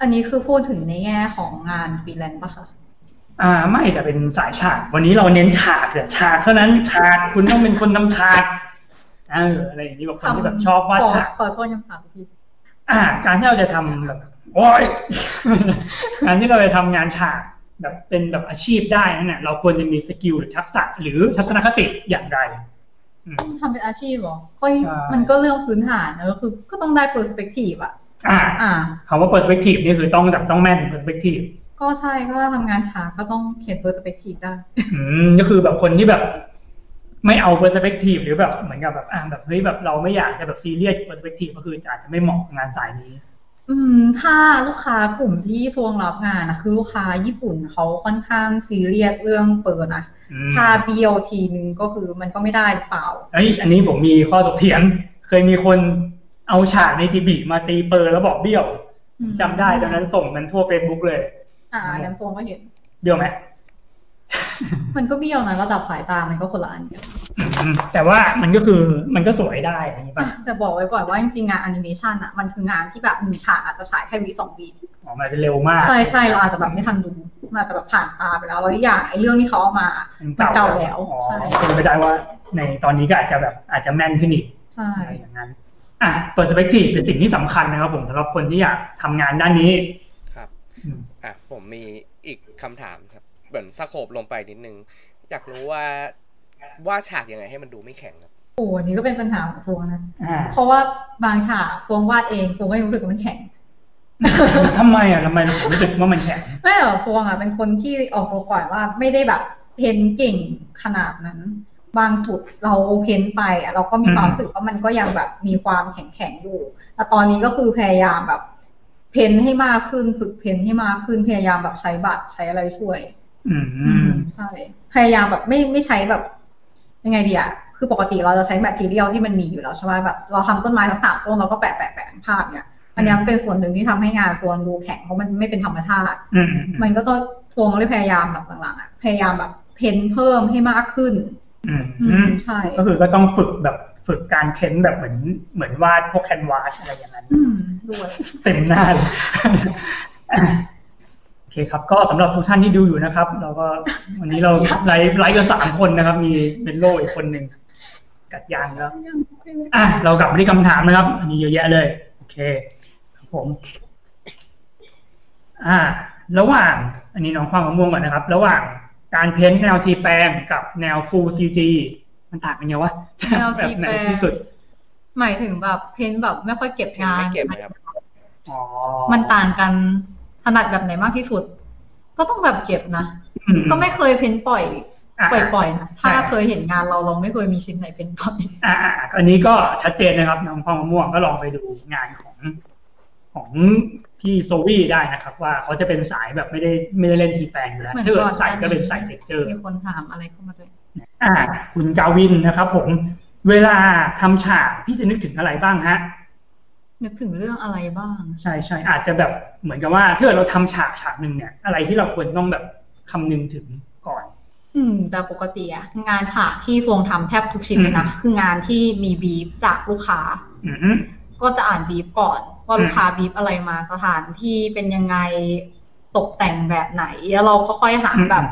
อันนี้คือพูดถึงในแง่ของงานฟรีแลนซ์ปะคะ
อ่าไม่แต่เป็นสายฉาก วันนี้เราเน้นฉากแต่ฉากเท่านั้นฉากคุณต้องเป็นคนทำฉากเอออะไรอย่างนี้แบบคนที่แบบชอบวาดฉาก
ขอขอโทษยังถามพี่
อ่าการที่เราจะทำแบบโอ้ย [laughs] การที่เราจะทำงานฉากแบบเป็นแบบอาชีพได้นั่นแหละเราควรจะมีสกิลหรือทักษะหรือทัศนคติอย่างไรอืม
ทำเป็นอาชีพเหรอก็
ใช่
มันก็เรื่องพื้นฐานนะก็คือก็ต้องได้ perspective อะ
อ่า
อ่า
คำว่า perspective นี่คือต้องแบบต้องแม่น perspective
ก็ใช่ก็ทำงานช้าก็ต้องเขียน perspective ได้
อืมก็คือแบบคนที่แบบ ไม่เอา perspective หรือแบบเหมือนกับแบบอ่าแบบเฮ้ยแบบเราไม่อยากจะแบบซีเรียส perspective ก็คืออาจจะไม่เหมาะกับงานสายนี้
อืม ถ้าลูกค้ากลุ่มที่ทวงรับงานนะคือลูกค้าญี่ปุ่นเขาค่อนข้างซีเรียสเรื่องเปิดนะ
อืม
ถ้าเบี้ยวทีนึงก็คือมันก็ไม่ได้หรือเปล่า
เอ้ยอันนี้ผมมีข้อถกเถียง เคยมีคนเอาฉากในจีบีมาตีเปอร์แล้วบอกเบี้ยว
อืม
จำได้ตอนนั้นส่งกันทั่ว Facebook เลย
อ่าน้ำทรงก็เห็น
เบี้ยวไหม
มันก็เบี้ยวนะระดับสายตามันก็คนละอันกัน
อืมแต่ว่ามันก็คือมันก็สวยได้อย่างนี้ป่ะ
แต่บอกไว้ก่อนว่าจริงๆงานแอนิเมชันอะมันคืองานที่แบบหนึ่งฉากอาจจะฉายแค่วิสองวิ
ออกมาจะเร็วมาก
ใช่ใช่เราอาจจะแบบไม่ทันดูมันอาจจะแบบผ่านตาไปแล้วแล้วอีกอย่างไอ้เรื่องที่เขาเอามา
มัน
มัน
เก่า
เก่า
แล้
แล้ว ว
อ๋อ
ใช่
เป็นไปได้ว่าในตอนนี้ก็อาจจะแบบอาจจะแม่นขึ้นอีก
ใช่
อะไรอย่างนั้น อ่ะ perspective เป็นสิ่งที่สำคัญนะครับผมสำหรับคนที่อยากทำงานด้านนี้
ครับ
อืม
อ่ะผมมีอีกคำถามครับเหมือนสโคบลงไปนิดนึง อยากรู้ว่าว่าดฉากยังไงให้มันดูไม่แข็งครับ
โอ้โหอันนี้ก็เป็นปัญหาของฟวงนะ [laughs]
อ่า
เพราะว่าบางฉากฟวงวาดเองฟวงก็ยังรู้สึกว่ามันแข็ง
ทำไมอ่ะทำไมเราถึงรู้สึกว่ามันแข็ง
ไม่หรอกฟวงอ่ะเป็นคนที่ออกตัวก่อนว่าไม่ได้แบบเพ้นเก่งขนาดนั้น บางจุดเราเพ้นไปอะเราก็มีความ
อืม
รู้สึกว่ามันก็ยังแบบมีความแข็งแข็งๆอยู่แต่ตอนนี้ก็คือพยายามแบบ เพ้นให้มากขึ้นฝึกเพ้นให้มากขึ้นพยายามแบบใช้บัตรใช้อะไรช่วย
อื
อื
ม
มใช่พยายามแบบไม่ไม่ใช้แบบ ยังไงดีอะคือปกติเราจะใช้แมททีเรียลที่มันมีอยู่แล้วใช่ไหมแบบเราทำต้นไม้ทั้งสามต้นเราก็แปะแปะแปะภาพเนี่ยอันเนี้ยมันเป็นส่วนหนึ่งที่ทำให้งานส่วนดูแข็งเพราะมันไม่เป็นธรรมชาติ
อืม
มันก็ต้องทวงเลยพยายามแบบหลังๆอะพยายามแบบเพ้นเพิ่มให้มากขึ้น
อืม
อื
อื
ม
ม
ใช่
ก็คือก็ต้องฝึกแบบฝึกการเพ้นแบบเหมือนเหมือนวาดพวกแคนวาสอะไรอย่างนั้น
อืมด้วย
เต็มหน้าเลย โอเคครับ ก็สำหรับทุกท่านที่ดูอยู่นะครับ เราก็วันนี้เราไลฟ์ไลฟ์กันสามคนนะครับ มีเบนโลอีกคนหนึ่งกัดยางแล้ว อ่ะเรากลับมาที่คำถามนะครับ อันนี้เยอะแยะเลย โอเคครับผม อ่า ระหว่าง อันนี้น้องความมะม่วงก่อนนะครับ ระหว่างการเพ้นท์แนวทีแปลงกับแนวฟูซีจีมันต่างกันยังวะ
แนว
[laughs] แบ
ที
บไหน
แปล
ที่สุด
หมายถึงแบบเพ้นแบบไม่ค่อยเก็บ
เห็น
งาน
ไม่เก็บเลยครับ
อ๋อ
มันต่างกันถนัดแบบไหนมากที่สุด ก็ต้องแบบเก็บนะ
อื
ก็ไม่เคยเพ้นปล่อย
อ่ะ
ปล่อยๆนะถ้า
ใช่
เคยเห็นงานเราเราไม่เคยมีชิ้นไหนเป็นปล่อย
อ่าอ่าอันนี้ก็ชัดเจนนะครับน้องพ่อมะม่วงก็ลองไปดูงานของของพี่โซวี่ได้นะครับ ว่าเขาจะเป็นสายแบบไม่ได้ไม่ได้เล่นทีแปลงอยู่แล้ว
เหมือน
ถ้าเกิ
ก่
ด
อน
ใส่ก็เป็น
หน้า
ใส่
นี้
เท็กเจอร์
มีคนถามอะไรเข้ามาด้วย
อ่า คุณกาวินนะครับ ผม เวลาทำฉากพี่จะนึกถึงอะไรบ้างฮะ
นึกถึงเรื่องอะไรบ้าง
ใช่ใช่อาจจะแบบเหมือนกับว่าถ้าเกิดเราทำฉากฉากหนึ่งเนี่ย อะไรที่เราควรต้องแบบคำนึงถึงก่อน
อืมแต่ปกติอะงานฉากที่ฟวงทำแทบทุกชิ้นเลยนะ คืองานที่มีบีฟจากลูกค้า
อือฮึ
ก็จะอ่านบีฟก่อน ว่า
อืม
ลูกค้าบีฟอะไรมาสถานที่เป็นยังไงตกแต่งแบบไหน แล้วเราก็ค่อยหาแบบ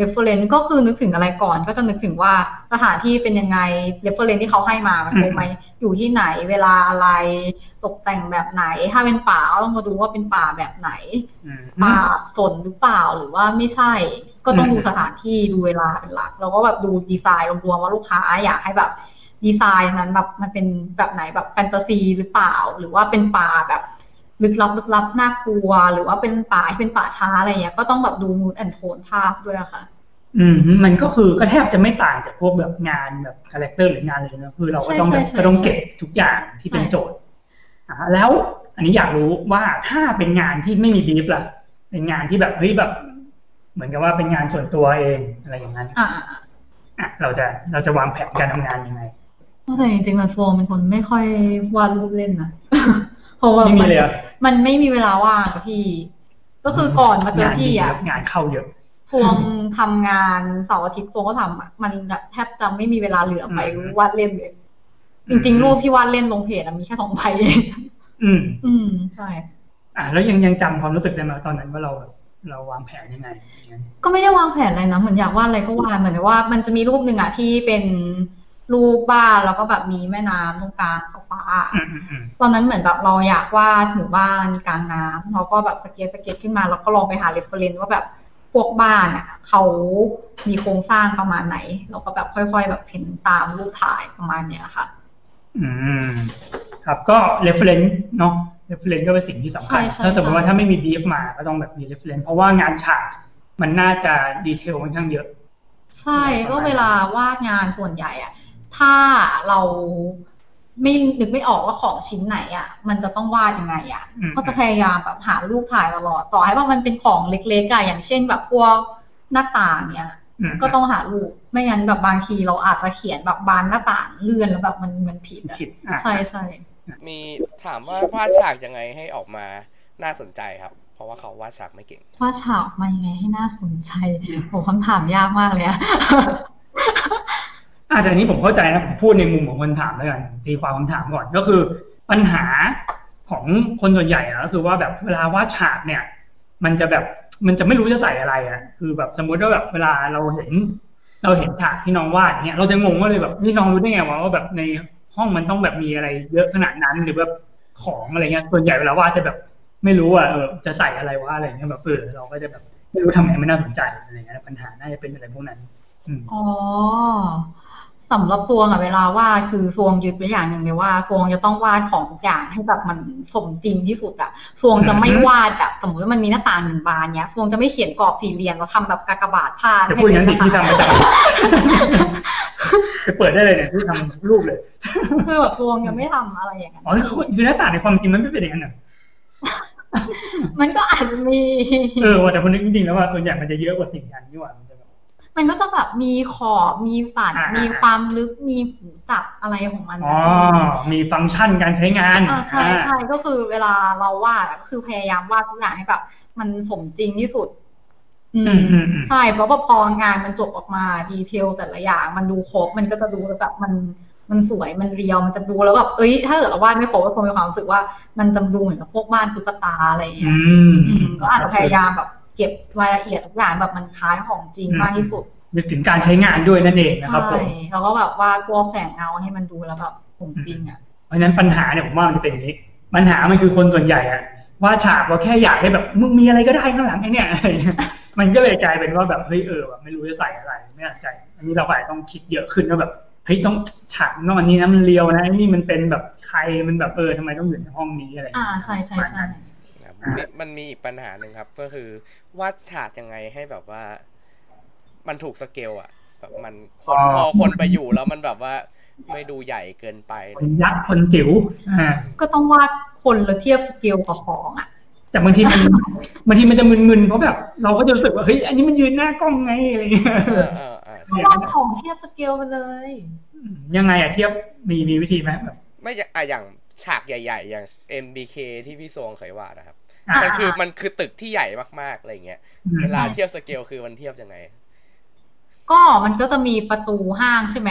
reference ก็คือนึกถึงอะไรก่อน ก็จะนึกถึงว่าสถานที่เป็นยังไง reference ที่เขาให้มามันคงไหมอยู่ที่ไหนเวลาอะไรตกแต่งแบบไหน ถ้าเป็นป่าก็ต้องมาดูว่าเป็นป่าแบบไหน
อือฮึ
ป่าสนหรือเปล่าหรือว่าไม่ใช่ ก็ต้อง
อืม
ดูสถานที่ดูเวลาเป็นหลัก แล้วก็แบบดูดีไซน์รวมๆว่าลูกค้าอยากให้แบบดีไซน์นั้นแบบมันเป็นแบบไหนแบบแฟนตาซีหรือเปล่า หรือว่าเป็นป่าแบบลึกลับลึกลับน่ากลัว หรือว่าเป็นป่าที่เป็นป่าช้าอะไรเงี้ยก็ต้องแบบดูมูดแอนโทนภาพด้วยอะค่ะ
อืมมันก็คือก็แทบจะไม่ต่างจากพวกแบบงานแบบคาแรคเตอร์หรืองานอะไรเลยนะคือเราก็ต้องแบบ
ใช่ใช่ใช่
ก็ต้องเก็บทุกอย่างที่เป็น
ใช่
โจทย์อ่าแล้วอันนี้อยากรู้ว่าถ้าเป็นงานที่ไม่มีบีฟล่ะ เป็นงานที่แบบเฮ้ยแบบ เหมือนกับว่าเป็นงานส่วนตัวเองอะไรอย่างนั้น
อ่า
อ่ะเราจะเราจะวางแผนการทำงานยังไง
แต่จริงๆอะโฟมเป็นคนไม่ค่อยวาดรูปเล่นนะ เพราะว่า
ไม่มีเลยเหรอ
มันไม่มีเวลาว่างอะพี่ ก็คือก่อนมาเจอพี่
งา
อะ
นเยงานเข้าเยอะ
ทวงทำงานเสาร์อาทิตย์ทวงก็ทำอ่ะมันแบบแทบจะไม่มีเวลาเหลือไป
อืม
วาดเล่นเลย
อืม
จริงๆ รูปที่วาดเล่นลงเพจอะมีแค่สองใบเอง
อืม
อืมใช่
อ่ะแล้วยังยังจำความรู้สึกได้ไหมตอนนั้นว่าเราแบบเราวางแผนยังไงอย่างนั้น
ก็ไม่ได้วางแผนอะไรนะเหมือนอยากวาดอะไรก็วาดเหมือนว่ามันจะมีรูปหนึ่งอ่ะที่เป็นรูปบ้านแล้วก็แบบมีแม่น้ำตรงกลางขอบฟ้าอะ
อืมอืมอืม
ตอนนั้นเหมือนแบบเราอยากวาดหมู่บ้านกลางน้ำเราก็แบบสเก็ตสเก็ตขึ้นมาแล้วก็ลองไปหาเรฟเฟรนซ์ว่าแบบพวกบ้านอ่ะเขามีโครงสร้างประมาณไหนเราก็แบบค่อย ๆ แบบเห็นตามรูปถ่ายประมาณเนี้ยค่ะ
อืม ครับก็ reference เนาะ reference ก็เป็นสิ่งที่สำคัญ
ใช่ใช่
ถ้าสมมติว่า
ใช่
ถ้าไม่มี brief มาก็ต้องแบบมี reference เพราะว่างานฉากมันน่าจะดีเทลค่อนข้างเยอะ
ใช่ก็เวลาวาดงานส่วนใหญ่อะถ้าเราไม่นึกไม่ออกว่าของชิ้นไหนอะมันจะต้องวาดยังไงอะ
อืม
ก็จะพยายามแบบหารูปถ่ายตลอดต่อให้ว่ามันเป็นของเล็กๆอะอย่างเช่นแบบพวกหน้าต่างเนี่ย
อืม
ก็ต้องหารูปไม่งั้นแบบบางทีเราอาจจะเขียนแบบบานหน้าต่างเลื่อนแล้วแบบมันมันผิดอะ
ผิดอ่ะ
ใช่ใช่
มีถามว่าวาดฉากยังไงให้ออกมาน่าสนใจครับ เพราะว่าเขาวาดฉากไม่เก่ง
ว่าฉากมายังไงให้น่าสนใจโหคำถามยากมากเลย
[laughs]
อะ
อ่ะแต่อันนี้ผมเข้าใจนะผมพูดในมุมของคนถามแล้วกันตีความคำถามก่อนก็คือ ปัญหาของคนส่วนใหญ่อะก็คือว่าแบบเวลาวาดฉากเนี่ย มันจะแบบมันจะไม่รู้จะใส่อะไรอ่ะ คือแบบสมมติว่าแบบเวลาเราเห็น เราเห็นฉากที่น้องวาดอย่างเงี้ยเราจะงงว่าเลยแบบนี่น้องรู้ได้ไงวะว่าแบบในห้องมันต้องแบบมีอะไรเยอะขนาดนั้นหรือแบบของอะไรเงี้ยส่วนใหญ่เวลาวาดจะแบบไม่รู้อ่ะเออจะใส่อะไรวะอะไรเงี้ยแบบเออเราก็จะแบบไม่รู้ทำไงไม่น่าสนใจอะไรเงี้ยปัญหาน่าจะเป็นอะไรพวกนั้น อืม
อ๋อสำหรับซวงอะเวลาว่าดคือซวงยึดไว้อย่างหนึ่งเลยว่าซวงจะต้องวาดของทุกอย่างให้แบบมันสมจริงที่สุดอะซวงจะไม่
อือฮึ
วาดแบบสมมติว่ามันมีหน้าต่างหนึ่งบานเนี้ยซวงจะไม่เขียนกรอบสี่เหลี่ยมแล้วทำแบบกากบาทพาด
จะพูดอย่างนั้นสิ
ให้
พี่ทำ
เป็น
มาจาก จะเปิดได้เลยเนี่ยพี่ทำรูปเลย
คือแบบซวงยังไม่ทำอะไรอย่างนั้น
อ๋อคือคือหน้าต่างในความจริงมันไม่เป็นอย่างนั้นเหรอ
มันก็อาจจะมี [laughs]
เออว่าแต่คนนึกจริงๆแล้วว่าส่วนใหญ่มันจะเยอะกว่าสิ่งนั้นนี่หว่ามันจะแบบ
มันก็จะแบบมีขอบมีสัน
อ่าๆ
มีความลึกมีหูจับอะไรของมัน
อ๋อ
นะพี่
มีฟังก์ชันการใช้งาน
อ่าใช่ใช่ก็คือเวลาเราวาดอะก็คือพยายามวาดทุกอย่างให้แบบ มันสมจริงที่สุด อื
อื
ม
มอืมอืม
ใช่เพราะว่าพองานมันจบออกมาดีเทลแต่ละอย่างมันดูครบมันก็จะดูแล้วแบบมันมันสวยมันเรียวมันจะดูแล้วแบบเอ้ยถ้าเกิดเราวาดไม่ครบก็คงมีความรู้สึกว่ามันจะดูเหมือนกับพวกบ้านตุ๊กตาอะไรอย่างเงี้
อื
ย
ม
อืมก็อาจจะพยายามแบบเก็บรายละเอียดทุกอย่างแบบมันคล้ายของจริงมากที่สุด
นึกถึงการใช้งานด้วยนั่นเองนะค
ใช่
รับผม
แล้วก็แบบวาดตัวแสงเงาให้มันดูแล้วแบบของจริงอ่ะ
เพราะฉะนั้นปัญหาเนี่ยผมว่ามันจะเป็นอย่างนี้ ปัญหามันคือคนส่วนใหญ่อะว่าดฉากว่าแค่อยากให้แบบมึงมีอะไรก็ได้ข้างหลังไอ้เนี่ย [laughs] มันก็เลยกลายเป็นว่าแบบเฮ้ยเออแบบไม่รู้จะใส่อะไรไม่สนใจ อันนี้เราก็อาจจะต้องคิดเยอะขึ้นว่าแบบ เฮ้ยต้องฉากนอนนี้นะมันเลียวนะไอ้นี่มันเป็นแบบใครมันแบบเออทำไมต้องอยู่ในห้องนี้อะไรอย่าง
อ่า
เงี้ย
ใช่ใช่ใช่
นะครับ
อ่า
นี่มันมีอีกปัญหาหนึ่งครับ ก็คือวาดฉากยังไงให้แบบว่า มันถูกสเกลอะแบบมันคนพอคนไปอยู่แล้วมันแบบว่าไม่ดูใหญ่เกินไป
คนยักษ์คนจิ๋วอ่า
ก็ต้องวาดคนละเทียบสเกลกับของอ่ะ
แต่บาง
[laughs]
ทีมัน บางทีมันจะมึนๆเพราะแบบ เราก็จะรู้สึกว่าเฮ้ยอันนี้มันยืนหน้ากล้องไงอะไรเงี้ย
เออเออเออ
ก็
ใช่
วาดของเทียบสเกลกันเลย
ยังไงอะเทียบมีมีวิธีไหมแบบ
ไม่อย่างอ่ะอย่างฉากใหญ่ ๆ อย่าง MBK ที่พี่ทรงเคยวาดนะครับ
อ่ะ
มันคือมันคือตึกที่ใหญ่มากๆอะไรเงี้ย
อืม
เวลาเทียบสเกลคือมันเทียบยังไง
ก็มันก็จะมีประตูห้างใช่ไหม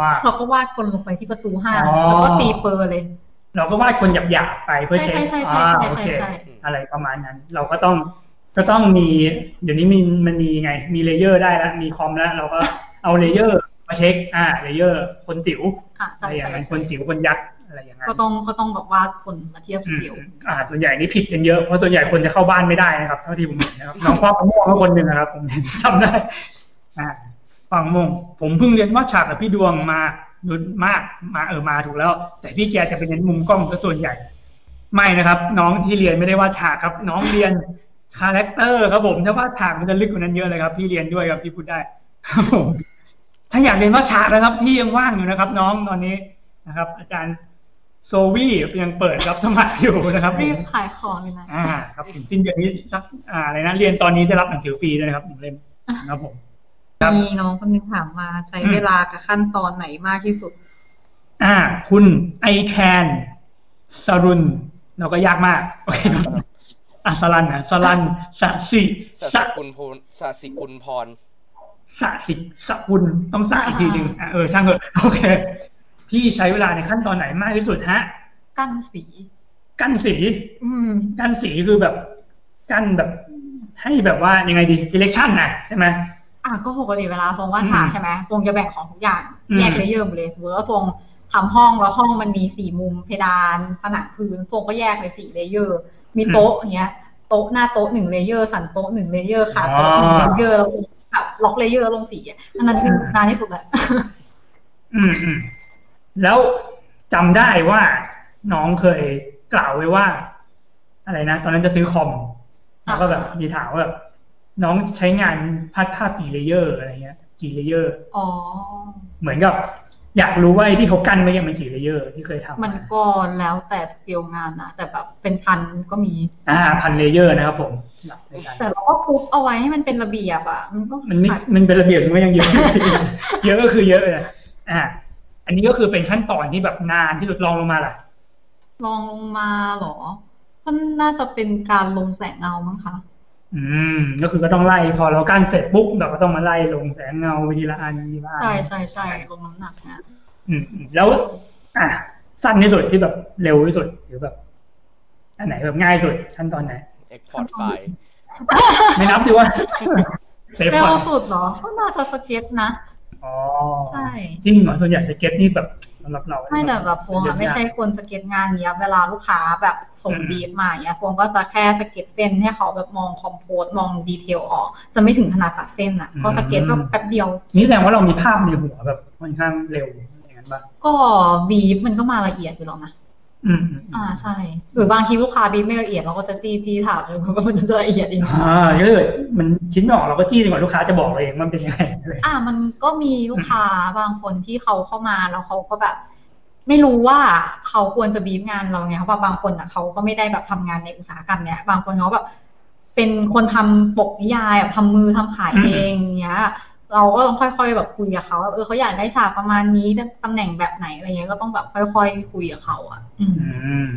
ว่า
เราก็วาดคนลงไปที่ประตูห้าง
อ๋อ
แล้วก็ตีเปอร์เลย
เราก็วาดคนหยาบๆไปเพื่อเช็ค
ใช่ใช่ใช่
อ่า
ใช่
โอ
ใช่
เค
ใช่
อะไรประมาณนั้น เราก็ต้องก็ต้องมี เดี๋ยวนี้มีมันมีไง มีเลเยอร์ได้แล้วมีคอมแล้วเราก็เอาเลเยอร์ มาเช็ค อ่าเลเยอร์ คนจิ๋ว
อ่ะ
อะ
ใช่
ไรอย่าง
ใช่
นั้นค
ใช่
นจิ๋วคนยักษ์อะไรอย่างนั้น
ก็ต้องก็ต้องแบบวาดคนมาเทียบส
อืม
เกล
อ่า ส่วนใหญ่นี่ผิดกันเยอะ เพราะส่วนใหญ่คนจะเข้าบ้านไม่ได้นะครับเท่าที่ผมเห็นนะครับ น้องคว้ามะม่วงก็คนหนึ่งนะครับ ผม จำได้อ่าฟังมงผมเพิ่งเรียนว่าดฉากกับพี่ดวงมาดุนมากมาเออมาถูกแล้ว แต่พี่แกจะไปเน้นมุมกล้องซะส่วนใหญ่ ไม่นะครับ น้องที่เรียนไม่ได้ว่าดฉากครับ น้องเรียนคาแรคเตอร์ครับผมถ้าว่าดฉากมันจะลึกกว่านั้นเยอะเลยครับ พี่เรียนด้วยครับพี่พูดได้ครับผมถ้าอยากเรียนว่าดฉากนะครับ ที่ยังว่างอยู่นะครับ น้องตอนนี้นะครับ อาจารย์ โซวี่ยังเปิดรับสมัครอยู่นะครับผม
รีบขายของเลยนะ
อ่า ครับถึงสิ้นเดือนนี้สักอ่าอะไรนะเรียนตอนนี้ได้รับหนังสือฟรีด้วยนะครับหนึ่งเล่มนะครับผม ครับ
มีน้องคนหนึงถามมาใช้
อืม
เวลากับขั้นตอนไหนมากที่สุด
อ่า คุณไอแคนสรุนเราก็ยากมากโอเคครับอ่ะสลันนะสลันสสิ
ส
ส
สิกุลพรสสิกุลพร
สสิสกุลต้องสะอีกทีหนึ่งอ่ะเออช่างเถอะโอเค พี่ใช้เวลาในขั้นตอนไหนมากที่สุดฮะ
กั้นสี
กั้นสี
อืม
กั้นสีคือแบบกั้นแบบ ให้แบบว่ายังไงดี selection นะใช่ไหม
อ่ะก็ปกติเวลาทรงวาดฉากใช่ไหมทรงจะแบ่งของทุกอย่าง
อืม
แยกเลเยอร์หมดเลยสมมติว่าทรงทำห้องแล้วห้องมันมีสี่มุมเพดานผนังพื้นทรงก็แยกเลยสี่เลเยอร์ มีโต๊ะอย่างเงี้ยโต๊ะหน้าโต๊ะหนึ่งเลเยอร์ สันโต๊ะหนึ่งเลเยอร์ขาโต๊ะหนึ่งเลเยอร์แล้วแบบล็อกเลเยอร์ลงสีอ่ะอันนั้นคือนานที่สุดแหละ
อืมอืมแล้วจำได้ว่าน้องเคยกล่าวไว้ว่า อะไรนะ ตอนนั้นจะซื้อคอมแล้วก็แบบมีถามว่าแบบน้องใช้งานพาดภาพกี่เลเยอร์อะไรเงี้ย กี่เลเยอร์
อ๋อ
เหมือนกับ อยากรู้ว่าไอ้ที่เขากั้นไว้เนี่ยมันกี่เลเยอร์ที่เคยทำ
มันก็แล้วแต่สเกลงานนะแต่แบบเป็นพันก็มี
อ่าพันเลเยอร์นะครับผมหลักในการ
แต่เราก็คุบเอาไว้ให้มันเป็นระเบียบอะมันก็
มันไม่
ขัด
มันเป็นระเบียบมันก็ยังเยอะ [laughs] เยอะก็คือเยอะเลยอ่า อันนี้ก็คือเป็นขั้นตอนที่แบบนานที่สุดลองลงมาล่ะ
ลองลงมาเหรอก็น่าจะเป็นการลงแสงเงามั้งคะ
อืมก็คือก็ต้องไล่พอเรากั้นเสร็จปุ๊บเราก็ต้องมาไล่ลงแสงเงาไปทีละอันทีละอัน
ใช่ใช่ใช่ลงน้ำหนักนะ
อืมอืมแล้ว อ่ะสั้นที่สุดที่แบบเร็วที่สุดหรือแบบ อันไหนแบบง่ายสุดขั้นตอนไหน
export file
ไม่นับ
[laughs]
ดีว่า เซฟ
เร็
ก่อ
วน สุดเหรอก็น่าจะสเก็ตนะ
อ๋อ
ใช่
จริงเหรอส่วนใหญ่สเก็ตนี่แบบสำหรับเรา
ไม่แต่แบบฟวงอะไม่ใช่คนสเก็ตงานเนี้ย เวลาลูกค้าแบบส่งบีฟมาเนี้ยฟวงก็จะแค่สเก็ตเส้นให้เขาแบบมองคอมโพสมองดีเทลออก จะไม่ถึงขนาดตัดเส้นอะก็สเก็ตก็แป๊บเดียว
นี่แสดงว่าเรามีภาพในหัวแบบค่อนข้างเร็วอย่างนั้นปะ
ก็บีฟมันก็มาละเอียดอยู่แล้วนะ
อืมอืมอื
อ่าม ใช่ หรือบางทีลูกค้าบีฟไม่ละเอียดเราก็จะจี้จี้ถามเลยว่า [laughs] มันจะละเอียดเอง
อ่าก็เลยมันคิดไม่ออกเราก็จี้ดีกว่าลูกค้าจะบอกเราเองว่ามันเป็นยังไงอะไร
อ่ามันก็มีลูกค้าบางคนที่เขาเข้ามาแล้วเขาก็แบบ ไม่รู้ว่าเขาควรจะบีฟงานเราไงเพราะว่าบางคนอ่ะเขาก็ไม่ได้แบบทำงานในอุตสาหกรรมเนี้ยบางคนเขาแบบเป็นคนทำปกนิยายแบบทำมือทำขายเองเนี้ย เราก็ต้องค่อยๆแบบคุยกับเขาว่าเออเขาอยากได้ฉากประมาณนี้ตำแหน่งแบบไหนอะไรเงี้ยก็ต้องแบบค่อยๆคุยกับเขาอ่ะ อืม
อืม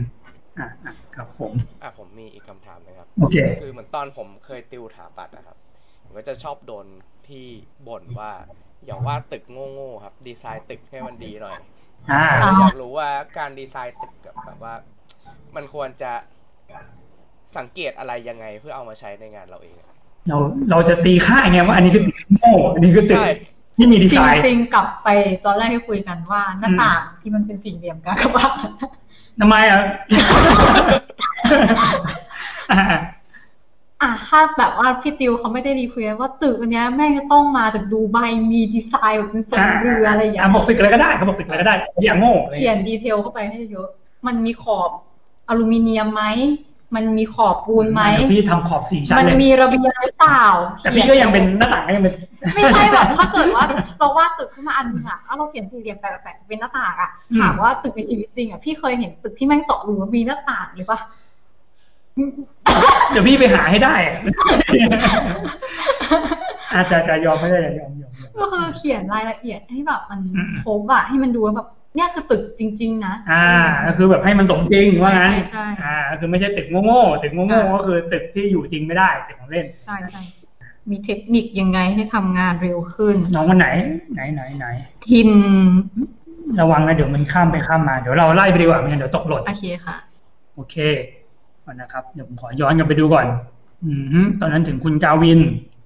อ่ะอ่ะครับผม
อ่ะผมมีอีกคำถามนะครับ
โอเค
คือเหมือนตอนผมเคยติวถาปัดนะครับ ผมก็จะชอบโดนพี่บ่นว่า อย่าวาดตึกโง่ๆครับ ดีไซน์ตึกให้มันดีหน่อย
อ่า
ผมอยากรู้ว่าการดีไซน์ตึกกับแบบว่า มันควรจะสังเกตอะไรยังไงเพื่อเอามาใช้ในงานเราเองอะ
เราเราจะตีค่าไงว่าอันนี้คือตึกโง่อันนี้คือตึก
ใช่
ที่มีดี
จ
ไซน์
ริงๆกลับไปตอนแรกที่คุยกันว่าหน้าต่างที่มันเป็นสี่เหลี่ยมกันกับว่า
ทำไมอ่ะ อ่ะ
อ่ะถ้า แบบว่าพี่ติวเขาไม่ได้รีเควสว่าตึกอันเนี้ยแม่งจะต้องมาจากดูไบมีดีไซน์แบบเป็นทรงเรืออะไรอย่างเงี้
อ่ะ
ย
บอกฝึกอะไรก็ได้เขาบอกฝึกอะไรก็ได้อย่างโง่อะไร
เขียนดีเทลเข้าไปให้เยอะ มันมีขอบอลูมิเนียมไหม มันมีขอบปูนไหม
เดี๋ยวพี่ทำขอบสี่ชั้น
มัน
เลย
มีระเบียงหรือเปล่า
แต่พี่ก็ยังเป็นหน้าต่างก็ยังเป็น
ไม่ใช่แบบถ้าเกิดว่า เราวาดตึกขึ้นมาอันหนึงอ่ะแล้วเราเขียนสี่เหลี่ยมแปะแปะเป็นหน้าต่างอ่ะ
อืม
ถามว่าตึกในชีวิตจริงอ่ะพี่เคยเห็นตึกที่แม่งเจาะรูแล้วมีหน้าต่างหรือปะ
เดี๋ยวพี่ไปหาให้ได้อะอาจจะจะยอมไม่ได้จะยอมยอมยอม
ก็คือเขียนรายละเอียดให้แบบมัน
อืม
ครบอะให้มันดูว่าแบบเนี่ยคือตึกจริง ๆ นะ
อ่าก็คือแบบให้มันสมจริงว่างั้น
ใช่ใช่ใช่
อ่าก็คือไม่ใช่ตึกโง่ๆตึกโง่
อ่า
ๆก็คือตึกที่อยู่จริงไม่ได้ตึกของเล่น
ใช่ใช่มีเทคนิคยังไงให้ทำงานเร็วขึ้น
น้องวันไหน ไหนไหนไหน
ทิน
ระวังนะเดี๋ยวมันข้ามไปข้ามมาเดี๋ยวเราไล่ไปดีกว่าไม่งั้นเดี๋ยวตกหล่น
โอเคค่ะ
โอเคก่อนนะครับ เดี๋ยวผมขอย้อนกลับไปดูก่อน อืมฮึตอนนั้นถึงคุณกาวิน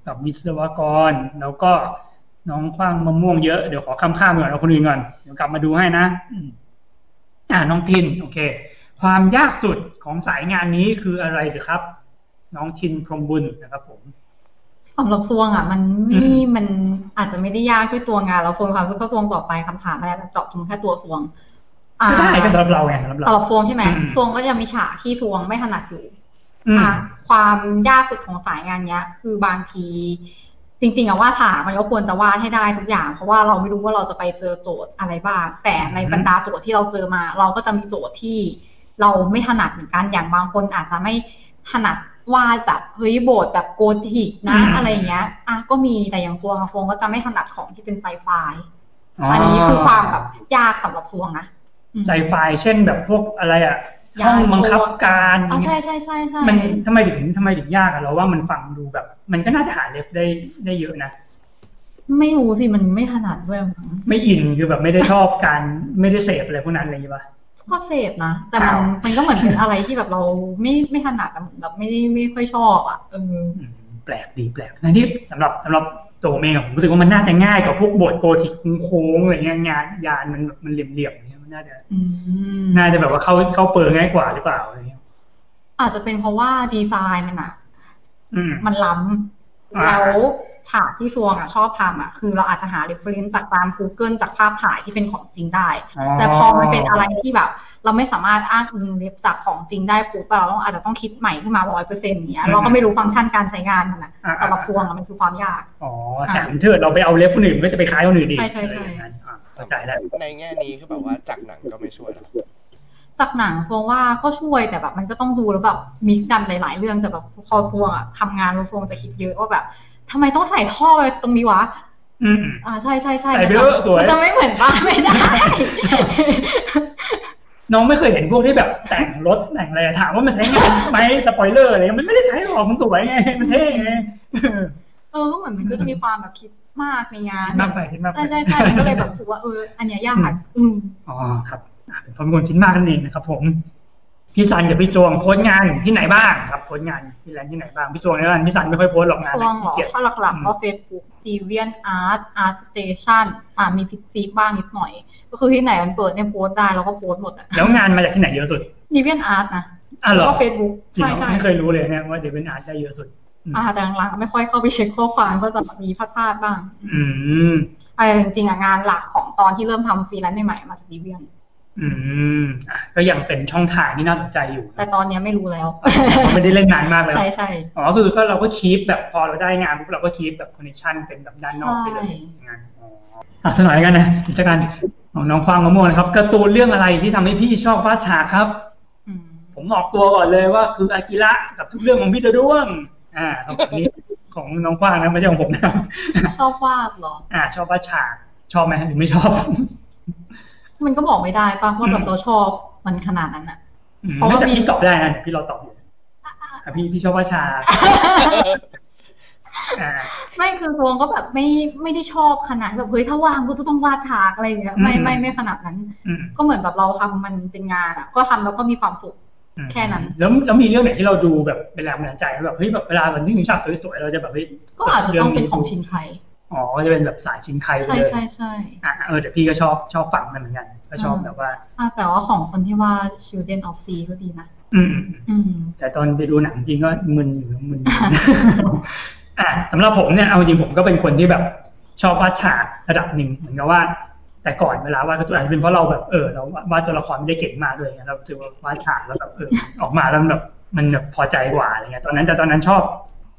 กับวิศวกร แล้วก็น้องคว้างมะม่วงเยอะ เดี๋ยวขอข้ามข้ามๆไปก่อนเอาคนอื่นก่อน เดี๋ยวกลับมาดูให้นะอืมอ่าน้องทิน โอเค ความยากสุดของสายงานนี้คืออะไรหรือครับ น้องทินพรหมบุญนะครับ ผม
สำหรับซวงอ่ะ มันไม
อืม
มันอาจจะไม่ได้ยากที่ตัวงานเราซวงความซึ่งก็ซวงต่อไปคำถามอะไรแต่เจาะจงแค่ตัวซวงอ่า
ก็ได้ก็สำหรับเราไงสำหรับ
สำ
เรา
หรับซวงใช่ไหม
อืม
ซวงก็จะมีฉากที่ซวงไม่ถนัดอยู่
อืม
อ่ะความยากสุดของสายงานเนี้ย คือบางที จริงๆอะว่าดถามมันก็ควรจะวาดให้ได้ทุกอย่าง เพราะว่าเราไม่รู้ว่าเราจะไปเจอโจทย์อะไรบ้างแต่ใน
อืม
บรรดาโจทย์ที่เราเจอมา เราก็จะมีโจทย์ที่เราไม่ถนัดเหมือนกันอย่างบางคนอาจจะไม่ถนัดวาดแบบเฮ้ยโบสถ์แบบโกธิกนะอะไรอย่างเงี้ยอ่ะก็มีแต่อย่างฟวงอะฟวงก็จะไม่ถนัดของที่เป็นไซไฟอันนี้คือความแบบยากสำหรับฟวงนะอืม
ไซไฟเช่นแบบพวกอะไรอะ
ยา
ห้อง
น
บังคับการ
อ๋อใช่ใช่ใช่ใช่
มันทำไมถึงทำไมถึงยากอะเราว่ามันฟังดูแบบ มันก็น่าจะหาเล็บได้ได้เยอะนะ
ไม่รู้สิมันไม่ถนัดด้วยมั้ง
ไม่อินคือแบบไม่ได้ชอบการไม่ได้เสพอะไรพวกนั้นอะไรอย่างเงี้ยป่ะ
ก็เสพนะ แต่มัน
อ้าว
มันก็เหมือนเป็นอะไรที่แบบเราไม่ไม่ถนัดอะเหมือนแบบไม่ได้ไม่ค่อยชอบอ่ะเออ
อืมแปลกดีแปลกในที่สำหรับสำหรับตัวผมเองอะผมรู้สึกว่ามันน่าจะง่ายกว่าพวกบทโกธิกโค้งๆอะไรเงี้ยงานยานมันแบบมันเหลี่ยมๆอย่างเงี้ยมันน่าจะ
อืม
น่าจะแบบว่าเข้าเข้าเปิดง่ายกว่าหรือเปล่าอะไรเงี้ย
อาจจะเป็นเพราะว่าดีไซน์มันอ่ะ
อืม
มันล้ำ
อ่า
แล้วฉากที่ซวงอ่ะชอบทำอ่ะ คือเราอาจจะหาเรฟเฟรนซ์จากตาม Google จากภาพถ่ายที่เป็นของจริงได้ แต่พอมันเป็นอะไรที่แบบ เราไม่สามารถอ้างอิงเรฟจากของจริงได้ปุ๊บเราต้องอาจจะต้องคิดใหม่ขึ้นมาร้อยเปอร์เซ็นต์เนี้ยเราก็ไม่รู้ฟังก์ชันการใช้งานมันนะ
อ่า
แต่ละพวงอะมันคือความยาก
อ๋อแถมเถิดเราไปเอาเล็บคนอื่นก็จะไปคล้ายคนอื่นดีก
ใช่ใช่ใช่
อะไรอย่างนั้นอ่ะเข้าใจแล้ว
ในแง่นี้คือแบบว่าจากหนังก็ไม่ช่วยหรอก
จากหนังฟวงว่าก็ช่วยแต่แบบ มันก็ต้องดูแล้วแบบมิกซ์กันหลาย ๆ เรื่องแต่แบบพอฟวงอะทำงานแล้วฟวงจะคิดเยอะว่าแบบทำไมต้องใส่ท่อไปตรงนี้วะ
อืม
อ่าใช่ใช่ใช่
ใส่ไปเถอะสวย
มันจะไม่เหมือนบ้านไม่ได้ [laughs]
น้องไม่เคยเห็นพวกที่แบบแต่งรถแต่งอะไรอะถามว่ามันใช้งานไหมสปอยเลอร์อะไรเงี้ยมันไม่ได้ใช้หรอกมันสวยไงมันเท่ไง
เออก็เหมือนมันก็จะมีความแบบคิดมากในงาน
มากไปคิดมากไป
ใช่ใช่ใช่มันก็เลยแบบรู้สึกว่าเอออันเนี้ยยากอืม
อ๋อครับอ่ะเป็นความเป็นคนคิดมากนั่นเองนะครับ ผม พี่ซันกับพี่ซวงโพสต์งานที่ไหนบ้างครับโพสต์งานที่แลนด์ที่ไหนบ้างพี่ซวงในร้านพี่ซันไม่ค่อยโพสต์หรอกงาน
ช่วง
ขี้
เหรอ
เกียจ
ข้อหลัก
อืม
ๆก็ Facebook d e v i a n Art Art Station อ่ามีพิกซีบ้างนิดหน่อย ก็คือที่ไหนมันเปิดเนี่ยโพสต์ได้เราก็โพสต์หมดอ่ะ
แล้วงานมาจากที่ไหนเยอะสุด
d e v i a n Art นะ
อ่ะเหรอ
แล้วก็ Facebook
จริงเหรอ
ใช่ใช่
ไม่เคยรู้เลยเนี่ยว่าเดี๋ยวเป็นอาร์ตได้เยอะสุด อืม
อ่าแต่หลังๆไม่ค่อยเข้าไปเช็คข้อความก็จะมีพลาดๆบ้าง
อืม
อ่าจริงๆอ่ะงานหลักของตอนที่เริ่มทำฟรีแลนซ์ใหม่ๆมาจาก d e v i a n
อืมอ่ะก็ยังเป็นช่องทางที่น่าสนใจอยู่
แต่ตอนเนี้ยไม่รู้แล้ว
ไม่ได้เล่นนานมากแล้ว
ใช่ใช่
อ๋อคือก็เราก็คีปแบบพอเราได้งานปุ๊บเราก็คีปแบบคอนเนคชั่นเป็นแบบด้านนอกไปเลยงานอ๋ออ่ะสกหนอยกันนะกิจการของน้องควางมะม่วงนะครับการ์ตูนเรื่องอะไรที่ทำให้พี่ชอบวาดฉากครับ
อืม
ผมออกตัวก่อนเลยว่าคืออากิระกับทุกเรื่องของพี่ตะด้วง อ่าครับอันนี้ ของน้องกว้างนะไม่ใช่ของผมนะ
ชอบวาดเหรอ
อ่า ชอบว่าฉากชอบไหมหรือไม่ชอบ
มันก็บอกไม่ได้ป่ะว่าแบบเราชอบมันขนาดนั้นอ่ะ
อืม
เพราะว่า
แต่
มี
พี่ตอบได้นะเดี๋ยวพี่รอตอบอยู่อ่ะพี่พี่ชอบว่า
[laughs]
ฉากอ่า
ไม่คือรวงก็แบบไม่ไม่ได้ชอบขนาดแบบเฮ้ยถ้าว่างก็จะต้องวาดฉากอะไรอย่างเงี้ยไม่
อืม
ไม่ไม่ขนาดนั้น
อืม
ก็เหมือนแบบเราทำมันเป็นงานอ่ะ ก็ทำแล้วก็มีความสุข
อืม
แค่นั้น
แล้วแล้วมีเรื่องไหนที่เราดูแบบเป็นแรงบันดาลใจไหมแบบเฮ้ยแบบเวลามันนึกถึงฉากสวยๆเราจะแบบเฮ้ย
ก็อาจจะต้องเป็นของชินไค
อ๋อจะเป็นแบบสายชินไคไป
ใช่
เลย
ใช่ใช่
อ่ะเออแต่พี่ก็ชอบชอบฝั่งมันเหมือนกันก็ชอบแบบว่า
อ่ะแต่ว่าของคนที่ว่า Children of Sea ก็ดีนะ
อืมอืม
อืม
แต่ตอนไปดูหนังจริงก็มึนอยู่มึนอยู่
[laughs]
อ่ะสำหรับผมเนี่ยเอาจริงผมก็เป็นคนที่แบบชอบวาดฉากระดับหนึ่งเหมือนกับว่า แต่ก่อนเวลาวาดการ์ตูนอาจจะเป็นเพราะเราแบบเออเราวาดตัวละครไม่ได้เก่งมากเลยไงเราถือว่าวาดฉากแล้วแบบเออออกมาแล้วมันแบบมันแบบพอใจกว่าอะไรเงี้ยตอนนั้นแต่ตอนนั้นชอบ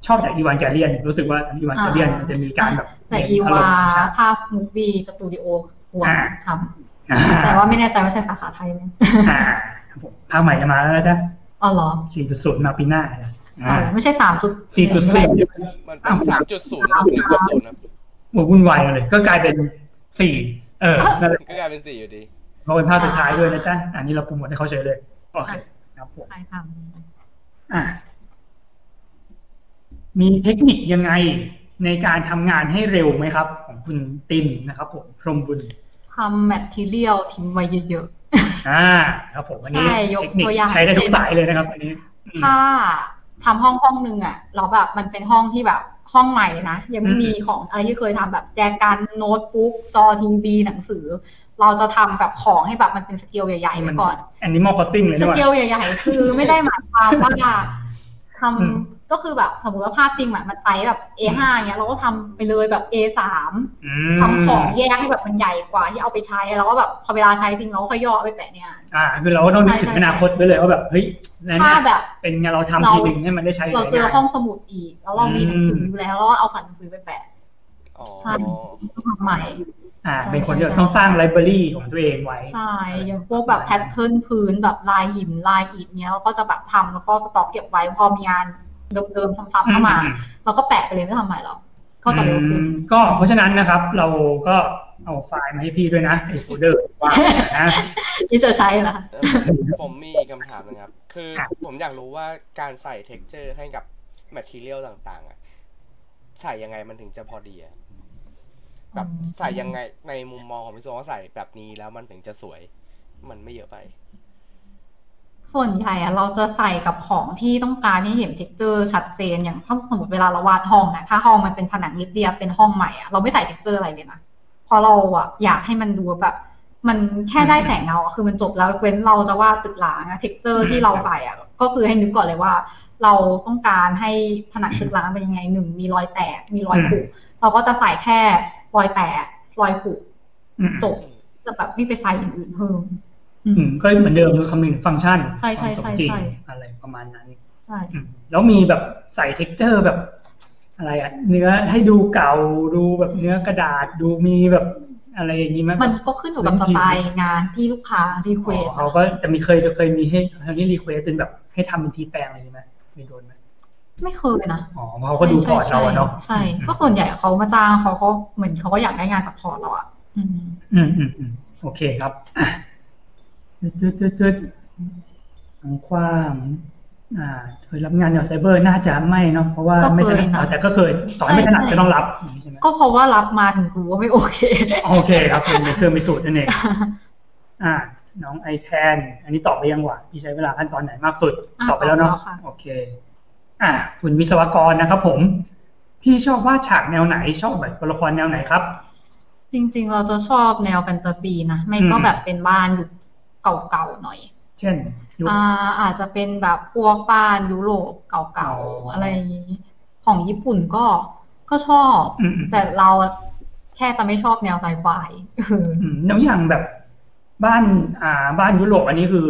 ชอบจากอีวานแกเลียน รู้สึกว่าอีวานแกเลียน
อ่ามั
มันจะมีการแบบ
แต่อี
ร
วาม
ณ์ฉก
ภาพมูฟวี่สตูดิโอควร
อ่า
ทำแต่ว่าไม่แน่ใจว่าใช่สาขาไทยไหม [laughs]
อ่าครับผมภาคใหม่จะมาแล้วนะจ๊ะ
อ๋อเหรอ
4.0มาปีหน้านะ
อ๋อ
อ่า
เหรอไม่ใช่สามจุด
4.4
มันเป็นสามจุดศูนย์หนึ่งจุดศูนย์ครับ
โอ้วุ่นวายมาเลย ก็กลายเป็นสี่เออนั่นแหละ
ก็กลายเป็นสี่อยู่ดี
เพราะเป็นภาพสุดท้ายด้วยนะจ๊ะ อันนี้เราโปรโมทให้เขาเฉยเลย โอเคครับผม
ใครท
อ่ะมีเทคนิคยังไงในการทำงานให้เร็วไหมครับ ของคุณตินนะครับผมพรหมบุญ
ำทำแมทเทียลทิ้งไว้เยอะ
อ่า ครับผมวันนี้
ใช่ยก
เทคนิค
ตัวอย่าง
ใช้ได้ทุกสายเลยนะครับ อันนี้อืม
ๆ ถ้าทำห้องห้องหนึ่งอ่ะเราแบบมันเป็นห้องที่แบบห้องใหม่เลยนะ ยังไม่
อืม
มีของอะไรที่เคยทำแบบแจกันโน้ตบุ๊กจอทีวีหนังสือ เราจะทำแบบของให้แบบมันเป็นสเกลใหญ่ๆไปก่อน
อันนี้มอคอสซิ่งเลย
ส
นี่หว่า
เกลใหญ่ๆ คือไม่ได้หมายความว่าท
อืม
ำก็คือแบบสมมติว่าภาพจริงแบบมันไซส์แบบ A5 เงี้ยเราก็ทำไปเลยแบบ A3
อื
ทำของ
ม
แยกให้แบบมันใหญ่กว่าที่เอาไปใช้แล้วก็แบบพอเวลาใช้จริงเราก็ค่อยย่อเอาไปแปะเนี่ย
อ่า คือเราก็ต้องนึกถึ
ใช่
ง
ใช่
อนาคตไว้เลยว่าแบบเฮ้ยนั่น
ถ้า
เนี่ย
แบบ
เป็นไงานเราทำ
เรา
ทีหนึ่งให้มันได้ใช้
เรา
หลายๆ
เจอย่
ง
ห้องสมุดอีก แล้วเรามี
อืม
หนังสืออยู่แล้วแล้วก็เอาสันหนังสือไปแปะ
อ๋อ
ก็ทำใหม่
อ่า
ใช่
เป็นคนที่
ใช่
แบบต้องสร้างไลบรารีของตัวเองไว้
ใช่อย่างพวกแบบแพทเทิร์นพื้นแบบลายหินลายอิฐเนี้ยเราก็จะแบบทำแล้วก็สต็อกเก็บไว้พอมีงานเดิมๆซ้ำๆเข้ามา เราก็แปะไปเลยไม่ทำใหม่หรอกก็จะเร็วขึ้น
อืมก็เพราะฉะนั้นนะครับ เราก็เอาไฟล์มาให้พี่ด้วยนะไอ้โฟลเดอร์ว่างนะ
ที่จะใช้เหรอคะ
เออ [laughs] ผมผมมีอีกคำถามหนึงครับ คือ
ครับ
ผมอยากรู้ว่าการใส่ texture ให้กับ material ต่างๆอะใส่ยังไงมันถึงจะพอดีอะแบบใส่ยังไงในมุมมองของพี่โซว่าใส่แบบนี้แล้วมันถึงจะสวย มันไม่เยอะไป
ส่วนใหญ่อะเราจะใส่กับของที่ต้องการให้เห็นเท็กเจอร์ชัดเจนอย่างถ้าสมมติเวลาเราวาดห้องนะถ้าห้องมันเป็นผนังเรียบๆเป็นห้องใหม่อะเราไม่ใส่เท็กเจอร์อะไรเลยนะเพราะเราอะอยากให้มันดูแบบ มันแค่ได้แสงเงาอะคือมันจบแล้วเว้นเราจะวาดตึกหลางอะเท็กเจอร์ที่เราใส่อะก็คือให้นึกก่อนเลยว่า เราต้องการให้ผนังตึกร้างเป็นยังไงหนึ่งมีรอยแตกมีรอยผุเราก็จะใส่แค่รอยแตกรอยผุ
อืม
จบจะแบบไม่ไปใส่อย่างอื่นเพิ่ม
อืมก็เหมือนเดิมคือคำนึงฟังก์ชัน
ใช่ใช่
ค
ใช่
วามสมจริง
ใช่
อะไรประมาณนั้น
ใช่
อืมแล้วมีแบบใส่เท็กเจอร์แบบ อะไรอะเนื้อให้ดูเก่าดูแบบเนื้อกระดาษดูมีแบบอะไรอย่างนี้ไหม
มันก็ขึ้นอยู่กับ
พื้
ส
นที่
ไตล์งานที่ลูกค้ารีเควส
อ๋อเขาก็จะมีเคยเคยมีให้ทางนี้รีเควสเป็นแบบให้ทำเป็นทีแปลงอะไรอย่างนี้ไหมมีโดนไหม
ไม่เคยนะ
อ๋อเพราะเขาก็ดูก่อนเราอะเนาะ
ใช่ใช่ใช่ก็ส่วนใหญ่เขามาจ้างเขาก็เหมือนเขาก็อยากได้งานจากพอร์ตเราอ่ะอืม
อืมอืมอืมโอเคครับอ่ะจุดจุดจุดของความอ่าเคยรับงานเกี่ยวกับไซเบอร์น่าจะไม่เนาะเพราะว่าไม่ถนัดอ๋อแต่ก็เคยต่อให้ไม่ถนัดก็ต้องรับอย่างนี้ใช่ไหม
ก็เพราะว่ารับมาถึงรู้ว่าไม่โอ
[laughs]
เค
โอเคครับเป็นเครื่องพิสูจน์นั่นเองอ่า น้องไอแคนอันนี้ตอบไปยังหวะพี่ใช้เวลาขั้นตอนไหนมากสุด ตอบไปแล้วเนาะโอเค อ่าคุณวิศวกรนะครับผม พี่ชอบวาดฉากแนวไหน ชอบแบบตัวละครแนวไหนครับ
จริง ๆ เราจะชอบแนวแฟนตาซีนะไม่ก็
อืม
แบบเป็นบ้านยุคเก่าๆหน่อย
เช่นยุค
อ่าอาจจะเป็นแบบพวกบ้านยุโรปเก่า
อ๋ออ
ๆอะไรอย่างงี้ของญี่ปุ่นก็ก็ชอบ
อืมอืม
แต่เราอะแค่จะไม่ชอบแนวไซไฟ [laughs]
อืมแล้วอย่างแบบบ้านอ่าบ้านยุโรปอันนี้คือ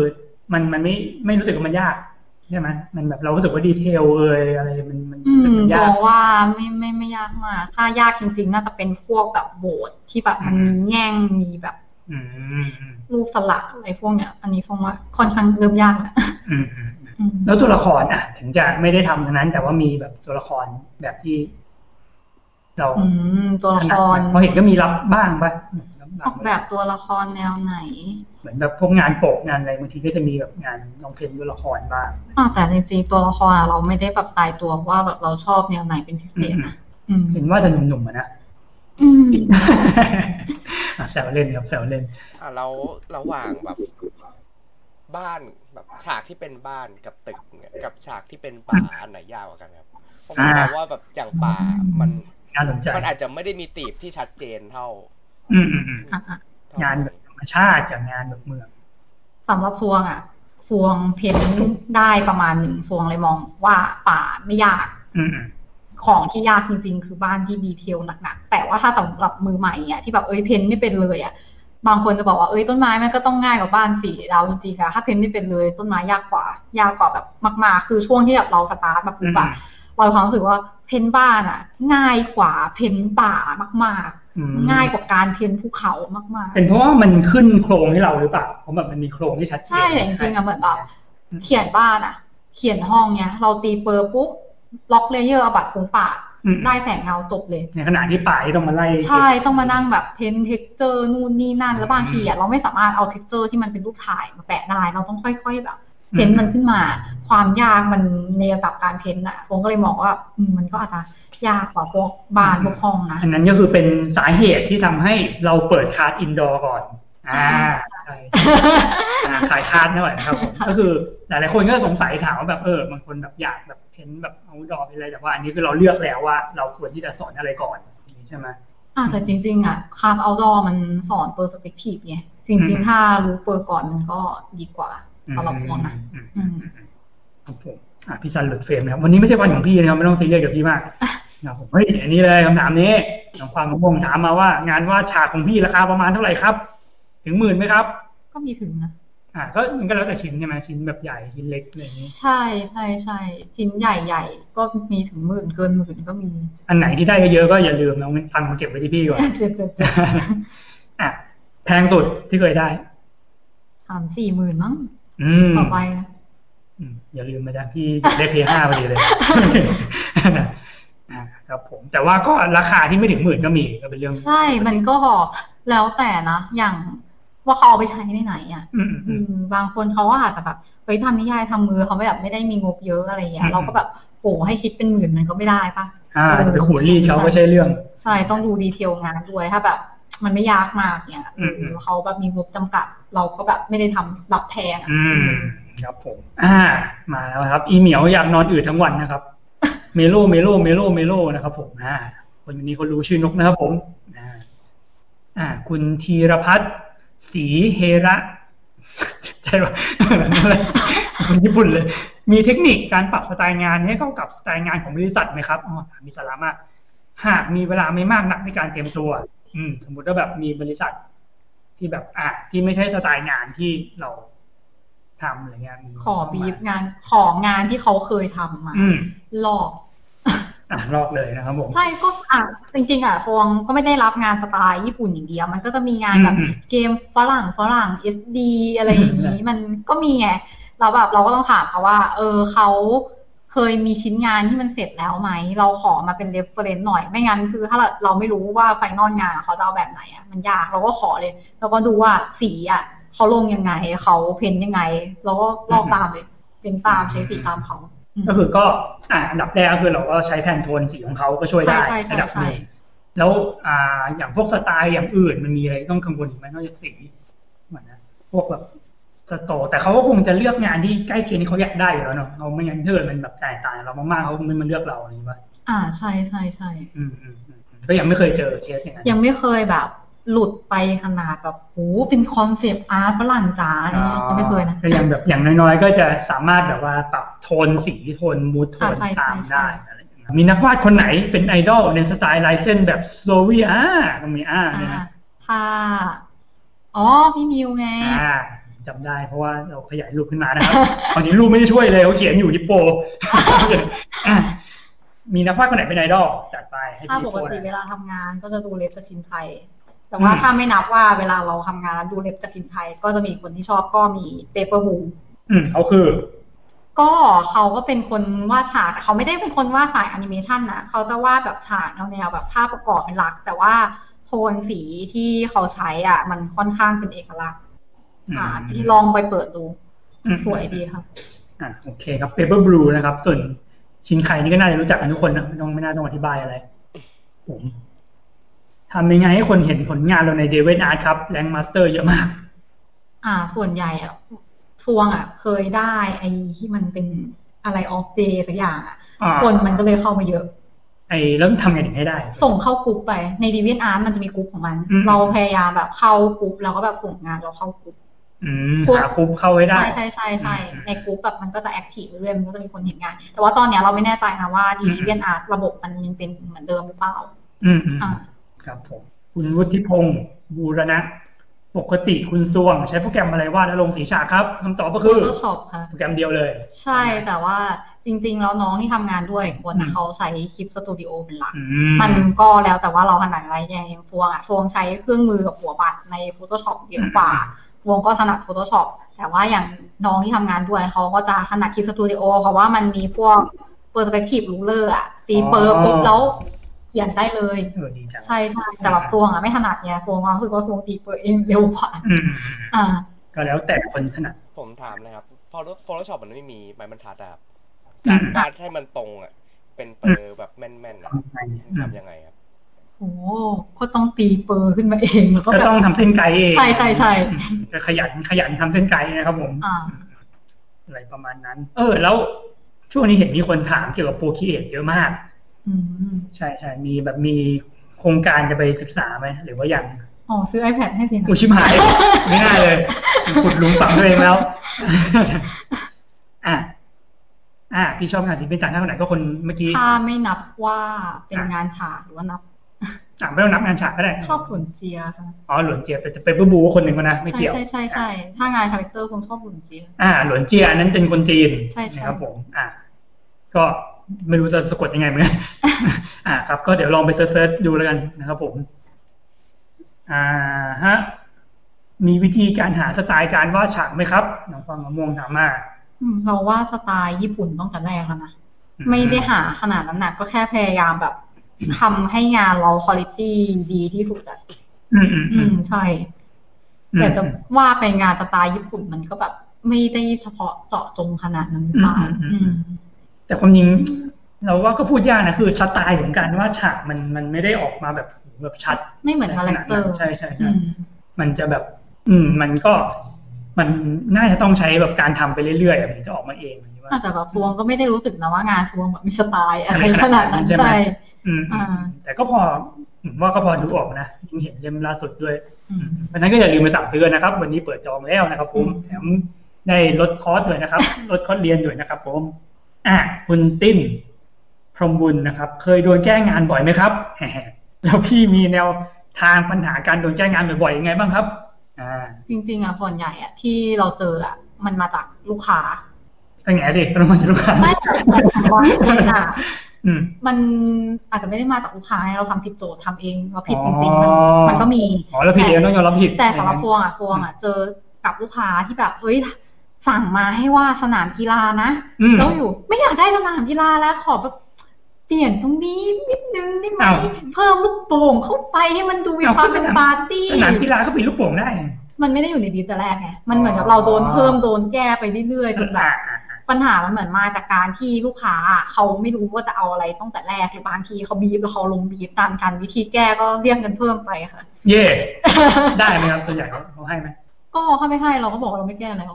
มันมันไม่ไม่รู้สึกว่ามันยากใช่ไหมมันแบบเรารู้สึกว่าดีเทลเอยอะไรมันมัน
อื
รู้สึก
ม
มัน
ม
ยา
อก งว่าไม่ไม่ไม่ยากมาก ถ้ายากจริงๆ น่าจะเป็นพวกแบบโบสถ์ที่แบบมัน
อืม
มีแง่งมีแบบ
อืมอืมอืม
รูปสลักอะไรพวกเนี้ย อันนี้ทรงว่าค่อนข้างเริ่มยากแล้ว
อืมอืม
อืม
แล้วตัวละครอ่ะ ถึงจะไม่ได้ทำตรงนั้น แต่ว่ามีแบบตัวละครแบบที่ เรา
อืมตัวละ
ถ
ค
นัด
ร
นะเพอเห็นก็มีรับบ้างปะรับ
อ
บ้าง
อกแบบตัวละครแนวไหน
เหมือนแบบพวกงานโปกงานอะไรบางทีก็จะมีแบบงานลองเพลงตัวละครบ้าง
อ่าวแต่จริงๆตัวละครอะเราไม่ได้แบบตายตัวว่าแบบเราชอบแนวไหนเป็นพิเศ
อืมอื
ษ
ม
นะอืม
เห็นว่าแต่หนุ่มๆอะนะ
อืม
อ่ะแซวเล่นครับแซวเล่น
อ่ะแล้วระหว่างแบบบ้านแบบฉากที่เป็นบ้านกับตึกเนี่ยกับฉากที่เป็นป่าอันไหนยาวกว่ากันครับผม
อ่า
มองว่าแบบอย่างป่ามัน
น่าสนใจ
มันอาจจะไม่ได้มีตีบที่ชัดเจนเท่า
อืมอืมอืม
อ่ะอ่ะ
เท่ไหร่
งานแบบธรรมชาติกับงานแบบเมือง
สำหรับซวงอ่ะ ฟวงเพ้นได้ประมาณหนึ่งฟวงเลยมองว่าป่าไม่ยาก
อืมอืม
ของที่ยากจริง ๆ คือบ้านที่ดีเทลหนักๆ แต่ว่าถ้าสำหรับมือใหม่เนี่ยที่แบบเอ้ยเพ้นไม่เป็นเลยอ่ะ บางคนจะบอกว่าเอ้ยต้นไม้มันก็ต้องง่ายกว่าบ้านสีเราจริงๆค่ะถ้าเพ้นไม่เป็นเลยต้นไม้ยากกว่า ยากกว่าแบบมากๆ คือช่วงที่แบบเราสตาร์ทแบบปุ๊บอะเรามีความรู้สึกว่าเพ้นบ้านอ่ะ ง่ายกว่าเพ้นป่ามาก
อืม
ๆ ง่ายกว่าการเพ้นภูเขามาก
เป็นเพราะว่ามันขึ้นโครงให้เราหรือเปล่าเพราะแบบมันมีโครงที่ชัดเจน
ๆ ใช่แต่จริงๆอะเหมือนแบบ เขียนบ้านอะเขียนห้องเนี้ย เราตีเปอร์ปุ๊บล็อกเลเยอร์เอาบัตรฟูงปาก
อืม
ได้แสงเงาจบเลย
ในขณะที่ป่ายต้องมาไล่
ใช่ต้องมานั่งแบบเพ้นเท็กเจอร์นู่นนี่นั่น แล้วบางที
อื
อะ
ม
เราไม่สามารถเอาเท็กเจอร์ที่มันเป็นรูปถ่ายมาแปะได้เราต้องค่อย ๆ แบบ
อืม
เพ้นมันขึ้นมา ความยากมันในระดับการเพ้นอะฟงก็เลยมองว่าอืมมันก็อาจจะยากกว่าพวกบ้านพวกห้องนะ
อันนั้นก็คือเป็นสาเหตุที่ทำให้เราเปิดคาร์ดอินดอร์ก่อน อ่าใช่ อ่าขายคาร์ดหน่อยนะครับผมก็คือหลายๆคนก็สงสัยถามว่าแบบเออบางคนแบบอยากแบบเพ้นแบบเอาดอเป็นอะไรแต่ว่า อันนี้คือเราเลือกแล้วว่าเราควรที่จะสอนอะไรก่อนอย่างนี้ใช่ไหม
อ่ะแต่จริง ๆอะคลาสเอาดอมันสอนเปอร์สเปกทีฟไงจริง
อืม
ๆ ถ้ารู้เปอร์ก่อนมันก็ดีกว่าสำหรับฟงนะ
อืม
อืม
ครับผมอ่ะพี่ซันหลุดเฟรมนะครับวันนี้ไม่ใช่วันของพี่นะครับไม่ต้องซีเรียสกับพี่มากนะครับผมเฮ้ยอันนี้เลยคำถามนี้น้องความมะม่วงถามมาว่า งานวาดฉากของพี่ราคาประมาณเท่าไหร่ครับ ถึงหมื่นไหมครับ
ก็มีถึงนะ
อ่าก็มันก็แล้วแต่ชิ้นใช่ไหมชิ้นแบบใหญ่ชิ้นเล็กอะไรอย่างนี้
ใช่ใช่ใช่ชิ้นใหญ่ใหญ่ก็มีถึงหมื่นเกินหมื่นก็มี
อันไหนที่ได้เยอะๆก็อย่าลืมนะเอาเงินฟังมาเก็บไว้ที่พี่ก่อน
เจ็บเจ็บเจ็บ
อ่ะแพงสุดที่เคยได้
สามสี่หมื่นมั้ง
อืม
ต่อไปนะ
อืมอย่าลืมนะจ๊ะพี่ได้เพย์ห้าพอดีเลยอ่ะครับผม แต่ว่าก็ราคาที่ไม่ถึงหมื่นก็มีก็เป็นเรื่อง
ใช่มันก็แล้วแต่นะอย่างว่าเขาเอาไปใช้ในไหนอ่ะ
อืม
อื
อืม
มบางคนเขาก็อาจจะแบบเฮ้ยทำนิยายทำมือเขาไม่แบบไม่ได้มีงบเยอะอะไรอย่างเงี้
อื
ย
ม
เราก็แบบโอ้ให้คิดเป็นหมื่นมันก็ไม่ได้ปะ
อ่าจะไปขูดรีดเขาก็ใช่เรื่อง
ใช่ต้องดูดีเทลงานด้วยถ้าแบบ มันไม่ยากมากเนี่ย
อืม
หรือเขาแบบมีงบจำกัด เราก็แบบไม่ได้ทำรับแพงอะ
อืม ครับผม อ่า มาแล้วครับ อีเหมียวอยากนอนอืดทั้งวัน [laughs] นะครับ เมโลเมโลเมโลเมโลนะครับ ผมอ่าคนนี้คนรู้ชื่อนกนะครับผมอ่าอ่า คุณธีรพัฒน์ศรีเฮระ [laughs] ใช่ปะ [laughs] คนญี่ปุ่นเลย มีเทคนิคการปรับสไตล์งานให้เข้ากับสไตล์งานของบริษัทไหมครับอ๋อถามมีสาระมาก หากมีเวลาไม่มากนักในการเตรียมตัว อืม สมมุติว่าแบบมีบริษัท ที่แบบ อ่า ที่ไม่ใช่สไตล์งานที่เราทำอะไรเงี้ยมี
ขอบีฟงานของานที่เขาเคยทำมา
อืม
หลอก
อ่ะลอกเลยนะครับผม
ใช่ก็อ่ะจริงๆอ่ะฟองก็ไม่ได้รับงานสไตล์ญี่ปุ่นอย่างเดียว มันก็จะมีงานแบบ
อืม
เกมฝรั่งฝรั่ง SD อะไรอย่างนี้ มันก็มีไงเราแบบเราก็ต้องถามเขาว่า เออเขาเคยมีชิ้นงานที่มันเสร็จแล้วไหม เราขอมาเป็นเรฟเฟรนซ์หน่อยไม่งั้นคือ ถ้าเราเราไม่รู้ว่าไฟนอลงานเขาจะเอาแบบไหนอ่ะมันยากเราก็ขอเลย แล้วก็ดูว่าสีอ่ะเขาลงยังไงเขาเพ้นยังไงเราก็ลอกตามเลยเป็นตามใช้สีตามเขาอืม
ก็คือก็อ่ะอันดับแรกก็คือเราก็ใช้แพนโทนสีของเขาก็ช่วยได้
ใช่ใช่ใช่
ระดับหนึ่ง
ใช่
แล้วอ่าอย่างพวกสไตล์อย่างอื่นมันมีอะไรต้องกังวลอีกไหมนอกจากสีเหมือนนะพวกแบบสโตร์แต่เขาก็คงจะเลือกงานที่ใกล้เคียงที่เขาอยากได้อยู่แล้วเนาะเขาไม่งั้นถ้าเกิดมันแบบแตกต่างเรามากๆเขาไม่มาเลือกเราอะไรอย่างนี้ป่ะ
อ่าใช่ใช่ใช่
อืมอืมอืมอืมก็ยังไม่เคยเจอเคสอย่างนั้น
ยังไม่เคยแบบหลุดไปขนาดแบบโอ้เป็นคอนเซปต์อาร์ตฝรั่งจ๋าอะไรเงี้ยก็ไม่เคยนะ
ก็ยังแบบอย่างน้อยๆ ก็จะสามารถแบบว่าปรับโทนสีโทนมูดโทน
อ่ะใช่ใช่
ตาม
ใช่
ได้อะไรอย่างเงี้ยมีนักวาดคนไหนเป็นไอดอลในสไตล์ลายเส้นแบบโซเวียตอ่าต้องมีอ่าเนี่ยนะ
อ่าถ้าอ๋อพี่นิวไง
อ่าจำได้เพราะว่าเราขยายรูปขึ้นมา
[laughs]
นะครับ ตอนนี้รูปไม่ได้ช่วยเลยเขาเขียนอยู่ฮิปโป [laughs] อ่ะมีนักวาดคนไหนเป็นไอดอลจัดไปให้
ถ้า
พี่
ปก
โทษ
ติเว
นะ
ลาทำงานก็จะดูเล็บจากชิ้นไทย แต่ว่า
อืม
ถ้าไม่นับว่าเวลาเราทำงานแล้วดูเล็บจากชิ้นไทย ก็จะมีคนที่ชอบก็มีเปเปอร์บู
อืมเขาคือ
ก็เขาก็เป็นคนวาดฉากแต่เขาไม่ได้เป็นคนวาดสายแอนิเมชันนะเขาจะวาดแบบฉากแนวๆแบบภาพประกอบเป็นหลัก แต่ว่าโทนสีที่เขาใช้อ่ะ มันค่อนข้างเป็นเอกลักษณ์
อื
ค่ะ
ม
ที่ลองไปเปิดดู
อืม
สวยดีค่ะ
อ่ะโอเคครับ Paper Blue นะครับ ส่วนชินไคนี่ก็น่าจะรู้จักกันทุกคนนะไม่ต้องไม่น่าต้องอธิบายอะไร ผมทำยังไงให้คนเห็นผลงานเราในเดวิดอาร์ตครับแรงมาสเตอร์เยอะมาก
อ่า ส่วนใหญ่อะทวงอ่ะ เคยได้ไอ้ที่มันเป็นอะไรออฟเดย์สักอย่างอ่ะ
อ่า
คนมันก็เลยเข้ามาเยอะ
ไอ้แล้วทำไงถึงให้ได้
ส่งเข้ากลุ่มไป ในดีเวนอาร์มันจะมีกลุ่มของมัน
อืม
เราพยายามแบบเข้ากลุ่มเราก็แบบส่งงานเราเข้ากลุ่ม
อืมหากลุ่มเข้าไว้ได้
ใช่ใช่ใช่ใช่ในกลุ่มแบบมันก็จะแอคทีฟเรื่อยๆมันก็จะมีคนเห็นงาน แต่ว่าตอนเนี้ยเราไม่แน่ใจนะว่าดีเวียนอาร์ระบบมันยังเป็นเหมือนเดิมหรือเปล่า
อืมอืม
อ่า
ครับผม คุณวุฒิพงศ์บูรณะ ปกติคุณซวง ใช้โปรแกรมอะไรวาดและลงสีฉากครับคำตอบก็คือ
Photoshop ค่ะ
โปรแกรมเดียวเลย
ใช่แต่ว่าจริงๆ แล้วน้องที่ทำงานด้วยคน
อืม
น่ะเขาใช้คลิปสตูดิโอเป็นหลัก
อื
มันก็แล้วแต่ว่าเราถนัดอะไรอย่างอย่างฟวงอ่ะฟวงใช้เครื่องมือกับหัวบัตรใน Photoshop เยอะกว่า วงก็ถนัด Photoshop แต่ว่าอย่างน้องที่ทำงานด้วยเขาก็จะถนัดคลิปสตูดิโอเพราะว่ามันมีพวก perspective ruler อ่ะ ตีเปิร์ปุ๊บแล้วเขียนได้เลย
เออดีจัง
ใช่ใช่แต่แบบฟวงอ่ะไม่ถนัดไงฟวงความรู้สึกว่าฟวงตีเปิร์เองเร็วกว่า
อืม
อ่า
ก็แล้วแต่คนถนัด
ผมถามเลยครับพอ Photoshop มันไม่มีไม้บรรทัดอะครับ
อืม
การให้มันตรงอ่ะ เป็นเปอร์แบบแม่นๆอะทำยังไงครับ
โอ้ก็ต้องตีเปอร์ขึ้นมาเองแล้วก็
ก็
แบบ
ต้องทำเส้นไกด์เอง
ใช่ใช่ใช่
จะขยันขยันทำเส้นไกด์นะครับผม
อ่า
อะไรประมาณนั้น เออ แล้วช่วงนี้เห็นมีคนถามเกี่ยวกับโปรคีเอทเยอะมาก
อืม
ใช่ใช่มีแบบมีโครงการจะไปศึกษาไหมหรือว่ายัง
อ๋อซื้อ iPad ให้สินะ
อุยชิบหาย ไม่ง่ายเลยขุดหลุมฝังตัวเองแล้ว
[laughs]
อ่ะอ่ะพี่ชอบงานศิลป์เป็นจานท่าคนไหนก็คนเมื่อกี้
ถ้าไม่นับว่าเป็นงานฉากหรือว่านับ
อ่ะไม่ต้องนับงานฉากก็ได้
ชอบหลุนเจียค่ะ
อ๋อหลวนเจียบแต่จะเป็นบูบูคนหนึ่งก็นะไม่
ใช่
เกี่ยว
ใช่ใช่ใช่ถ้างานคาแรคเตอร์คงชอบหลุนเจีย
อ่าหลวนเจียอันนั้นเป็นคนจีน
ใช่ใช่
นะครับผม อ่ะก็ไม่รู้จะสะกดยังไงเหมื
[laughs]
อนกัน อ่าครับ ก็เดี๋ยวลองไปเซิร์ชๆดูแล้วกันนะครับผม อ่าฮะ มีวิธีการหาสไตล์การวาดฉากไหมครับน้องฟังมะม่วงถามมา
อืมเราว่าสไตล์ญี่ปุ่นต้องแต่แรกแล้วนะ
อื
ไม่ได้หาขนาดนั้นหนักก็แค่พยายามแบบ [coughs] ทำให้งานเราคุณภาพดีที่สุดอ่ะ
อืมอืม
อื
อืม
มใช่ แต่จะว่าไปงานสไตล์ญี่ปุ่นมันก็แบบ ไม่ได้เฉพาะเจาะจงขนาดนั้นหรือเปล่าอืม
แต่ความจริงเราว่าก็พูดยากนะคือสไตล์ของการวาดฉากมันมันไม่ได้ออกมาแบบแบบชัด
ไม่เหมือนคาแรคเตอร์
ใช่ใช่
อื
ใช่
ม
มันจะแบบ อืม มันก็ มันน่าจะต้องใช้แบบการทำไปเรื่อยๆอะมันจะออกมาเองอย่างนี้ว่า
อ่ะแต่แบบพวงก็ไม่ได้รู้สึกนะว่างานพวงแบบมีสไตล์อะไร
อะไรข
ข
นา
นา
ด
ด
นั้
นั้น น
ใช่ไหม
ใช่
อืม
อ่า
แต่ก็พอผมว่าก็พอดูออกนะยิ่งเห็นเล่มล่าสุดด้วย
อืม
วันนั้นก็อย่าลืมมาสั่งซื้อนะครับ วันนี้เปิดจองแล้วนะครับผม
อืม
แถมได้ลดคอร์สด้วย
[laughs]
นะครับ ลดคอร์สเรียนด้วยนะครับผม อ่ะคุณติ้นพรหมบุญนะครับ เคยโดนแก้งานบ่อยไหมครับ [laughs] แหมแล้วพี่มีแนวทางปัญหาการโดนแก้งานบ่อยๆยังไงบ้างครับ อ่า
จริง ๆอ่ะส่วนใหญ่อ่ะที่เราเจออ่ะมันมาจากลูกค้า
ก็แง่สิเรามาจะรู้กัน
ไม่ [laughs] แต่ว่าคนอ่ะ
อืม
มันอาจจะไม่ได้มาจากลูกค้าไงเราทำผิดโจทย์ทำเองเราผิด
อ๋อ
จริงๆมันมันก็มี
อ๋อแล้วผิดเองต้องยอมรับผิด
แต่สำหรับพวงอ่ะพวงอ่ะเจอกับลูกค้าที่แบบเอ้ยสั่งมาให้ว่าสนามกีฬานะ
อืม
แล้วอยู่ไม่อยากได้สนามกีฬาแล้วขอแบบเปลี่ยนตรงนี้นิดนึงได้ไหม
อ้าว
เพิ่มลูกโป่งเข้าไปให้มันดูมี
อ้าว
ความเป็น
ก็สนาม
ปาร์ตี้
สนามกีฬาก็ปีนลูกโป่งได้
มันไม่ได้อยู่ในดีแต่แรกไงมันเหมือนกั
อ๋
บ
อ
เราโดนเพิ่มโดนแก้ไปเรื่อยๆจนแบบ
อ่าอ่า
ปัญหามันเหมือนมาจากการที่ลูกค้าอะเขาไม่รู้ว่าจะเอาอะไรตั้งแต่แรกหรือบางทีเขาบีบแล้วเขาลงบีบตามกันวิธีแก้ก็เรียกเงินเพิ่มไปค่ะ
เย่
[laughs]
ได้ไหมครับส่วนใหญ่เขาเขาให้ไหม
ก็เขาไม่ให้เราก็บอกว่าเราไม่แก้แล้ว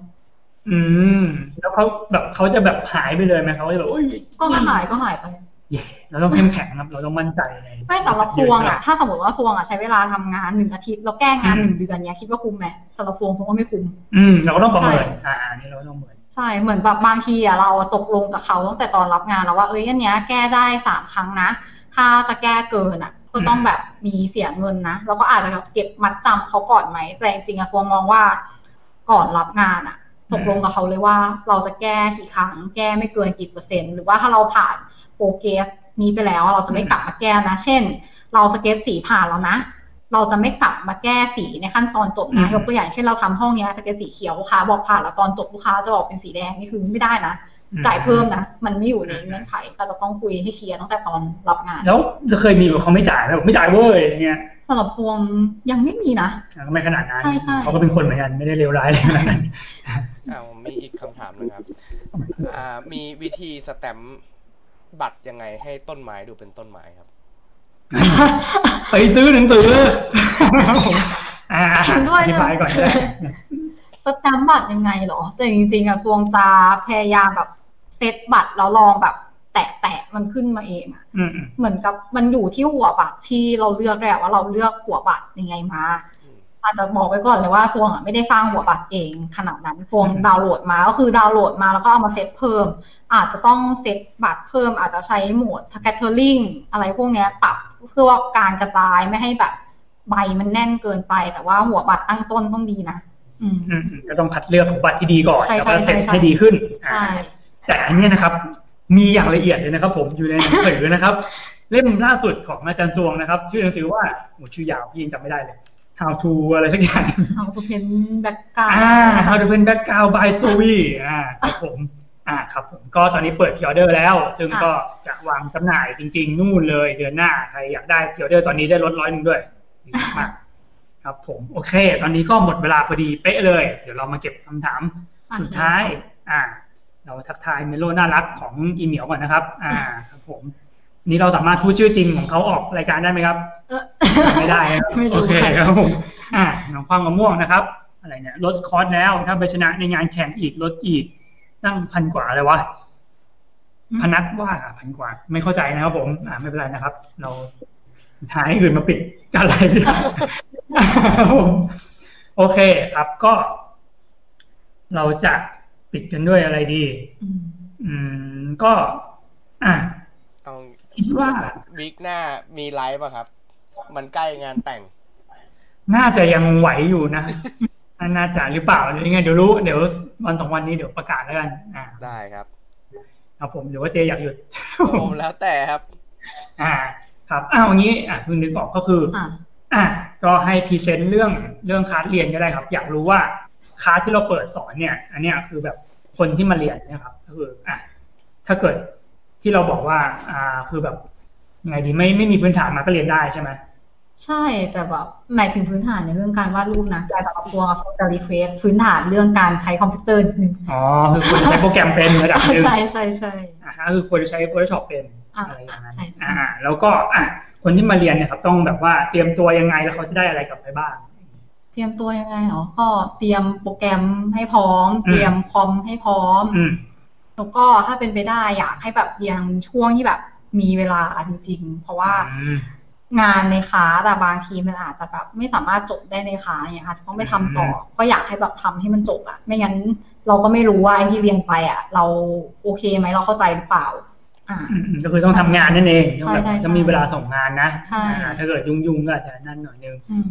อืม แล้วเขาแบบเขาจะแบบหายไปเลยไหมเขาจะแบบอุ้ย
ก็หายก็หายไป
เย่เราต้องเข้มแข็งครับ เราต้องมั่นใจใน
ไม่สำหรับฟวงอ่ะ ถ้าสมมติว่าฟวงอ่ะใช้เวลาทำงานหนึ่งอาทิตย์แล้วแก้งานหนึ่งเดือนเนี้ยคิดว่าคุ้มไหมสำหรับฟวงฟวงว่าไม่คุ้ม
อืม เราก็ต้องประเมิน
ใช่
อ่าอันนี่เราต้องประเมิน
ใช่เหมือนแบบบางทีอ่ะเราตกลงกับเขาตั้งแต่ตอนรับงานแล้วว่าเอ้ยอันเนี้ยแก้ได้สามครั้งนะ ถ้าจะแก้เกินอ่ะ ก็ต้องแบบมีเสียเงินนะแล้วก็อาจจะแบบเก็บมัดจำเขาก่อนไหมแต่จริงๆอ่ะฟวงมองว่าก่อนรับงานอ่ะ ตกลงกับเขาเลยว่าเราจะแก้กี่ครั้งแก้ไม่เกินกี่เปอร์เซ็นต์หรือว่าถ้าเราผ่านโปรเกรสนี้ไปแล้วเราจะไม่กลับมาแก้นะ เช่น เราสเก็ตสีผ่านแล้วนะ เราจะไม่กลับมาแก้สีในขั้นตอนจบนะ
อืม
ยกตัวอย่างเช่นเราทำห้องเนี้ยสเก็ตสีเขียวลูกค้าบอกผ่านแล้วตอนจบลูกค้าจะบอกเป็นสีแดงนี่คือไม่ได้นะ
อื
จ่ายเพิ่มนะ มันไม่อยู่ในเงื่อนไขเราจะต้องคุยให้เคลียร์ตั้งแต่ตอนรับงาน
แล้วจะเคยมีแบบเขาไม่จ่ายไหมแบบไม่จ่ายเว้ยอย่างเงี้ย
สำหรับพวงยังไม่มีนะ
ก็ไม่ขนาดนั้น
ใช่ใช่
เขาก็เป็นคนเหมือนกันไม่ได้เลวร้ายอะไรขนาด
[laughs]
นั้น
อ่าผมมีอีกคำถามหนึงครับ อ่า มีวิธีสแตมป์บัตรยังไงให้ต้นไม้ดูเป็นต้นไม้ครับ
ไปซื้อหนัง
[laughs]
สืออ่า
เห็นด้วย
อธิบายก่อนได้
สแตมป์บัตรยังไงเหรอ แต่จริงๆอะทวงจะพยายามแบบเซตบัตรแล้วลองแบบ แตะๆมันขึ้นมาเองอะ
อืมอืม
เหมือนกับมันอยู่ที่หัวบัตรที่เราเลือกแหละว่าเราเลือกหัวบัตรยังไงมา อาจจะบอกไว้ก่อนเลยว่าซวงอ่ะไม่ได้สร้างหัวบัตรเองขนาดนั้นซวงดาวน์โหลดมาก็คือดาวน์โหลดมาแล้วก็เอามาเซตเพิ่ม อาจจะต้องเซตบัตรเพิ่ม อาจจะใช้โหมด scattering อะไรพวกเนี้ยปรับเพื่อว่าการกระจายไม่ให้แบบใบมันแน่นเกินไป แต่ว่าหัวบัตรตั้งต้นต้องดีนะอืม
อืมอืมก็ต้องคัดเลือกของบัตรที่ดีก่อน
ใช่
แล้วก็
ใช่
เซ็ต
ใช่
ให้ดีขึ้น
ใช่
อ่าแต่อันเนี้ยนะครับ มีอย่างละเอียดเลยนะครับ ผมอยู่ในหนังสือนะครับ เล่มล่าสุดของอาจารย์ซวงนะครับ ชื่อหนังสือว่าโอ้ชื่อยาวพี่ยังจำไม่ได้เลย How to อะไรสักอย่าง
เอาคุณเพนแบ็กกราว
อ่า How to Print Background by s o v i อ่าครับผม อ่าครับผมก็ตอนนี้เปิดพิออเดอร์แล้ว ซึ่งก็จะวางจำหน่ายจริงๆ นู่นเลยเดือนหน้า ใครอยากได้พิออเดอร์ตอนนี้ได้ลดร้อยหนึ่งด้วยดีมากๆครับผมโอเค ตอนนี้ก็หมดเวลาพอดีเป๊ะเลย เดี๋ยวเรามาเก็บคำถาม สุดท้าย อ่า เราทักทายเมโลน่ารักของอีเหมียวก่อนนะครับ อ่า ครับผม นี่เราสามารถพูดชื่อจริงของเขาออกรายการได้ไหมครับ
เออ
ไม่ได้นะครับ
ไม่รู้
โอเค
ค่ะ
ครับผมอ่าน้องความมะม่วงนะครับ อะไรเนี่ยลดคอร์สแล้วถ้าไปชนะในงานแข่งอีกลดอีกตั้งพันกว่าอะไรวะพนักว่าพันกว่า ไม่เข้าใจนะครับผม อ่าไม่เป็นไรนะครับ เราหาให้อื่นมาปิดอะไรดีกว่าครับผมโอเคครับก็ เราจะปิดกันด้วยอะไรดี
อืม
อืม ก็ อ่ะ
ต้อง
คิดว่า
วิกหน้ามีไลฟ์ป่ะครับ มันใกล้งานแต่ง
น่าจะยังไหวอยู่นะ น่าจะหรือเปล่าหรือยังไงเดี๋ยวรู้ เดี๋ยววันสองวันนี้เดี๋ยวประกาศแล้วกัน อ่า
ได้ครับ
ครับผมหรือว่าเจอยากหยุด [laughs]
ผมแล้วแต่ครับ
อ่า ครับอ้าวอย่างนี้อ่ะเพิ่งนึกออกก็คืออ
อ่ะ
อ่ะก็ให้พรีเซนต์เรื่องเรื่องคลาสเรียนก็ได้ครับ อยากรู้ว่าคลาสที่เราเปิดสอนเนี่ย อันเนี้ยคือแบบคนที่มาเรียนเนะครับก็คืออ่ะถ้าเกิดที่เราบอกว่า อ่าคือแบบยังไงดีไม่ไม่มีพื้นฐานมาก็เรียนได้ใช่ไหม
ใช่แต่แบบหมายถึงพื้นฐานในเรื่องการวาดรูปนะแต่แบบพวงโซเชียลรีเควสพื้นฐานเรื่องการใช้คอมพิวเตอร์นิด
[laughs]
นึง
อ๋อคือควรจะใช้โปรแกรมเป็นระดับหนึ่ง
ใช่ใช่ใช่
อ่าฮะคือควรจะใช้ Photoshop เป็น
อ่า
อะไรอย่างนั้น
ใช่ใช่
อ่า แล้วก็อ่ะคนที่มาเรียนเนี่ยครับ ต้องแบบว่าเตรียมตัวยังไงแล้วเขาจะได้อะไรกลับไปบ้าง
เตรียมตัวยังไงเหรอก็เตรียมโปรแกรมให้พร้อม เตรียมคอมให้พร้อม
อืม
แล้วก็ถ้าเป็นไปได้อยากให้แบบเรียนช่วงที่แบบมีเวลาจริง ๆ เพราะว่า
อืม
งานในคลาสแต่บางทีมันอาจจะแบบไม่สามารถจบได้ในคลาสเนี่ยอาจจะต้องไปทำต่อ ก็อยากให้แบบทำให้มันจบอะไม่งั้นเราก็ไม่รู้ว่าไอ้ที่เรียนไปอะเราโอเคไหมเราเข้าใจหรือเปล่า อ่า
อืมก็คือต้องทำงานนั่นเองต้อ
ใช่
งแบบ
ใช่
จะมีเวลาส่งงานนะ
ใช่
อ่าถ้าเกิดยุ่งๆก็อาจจะนั่นหน่อยนึง
อืม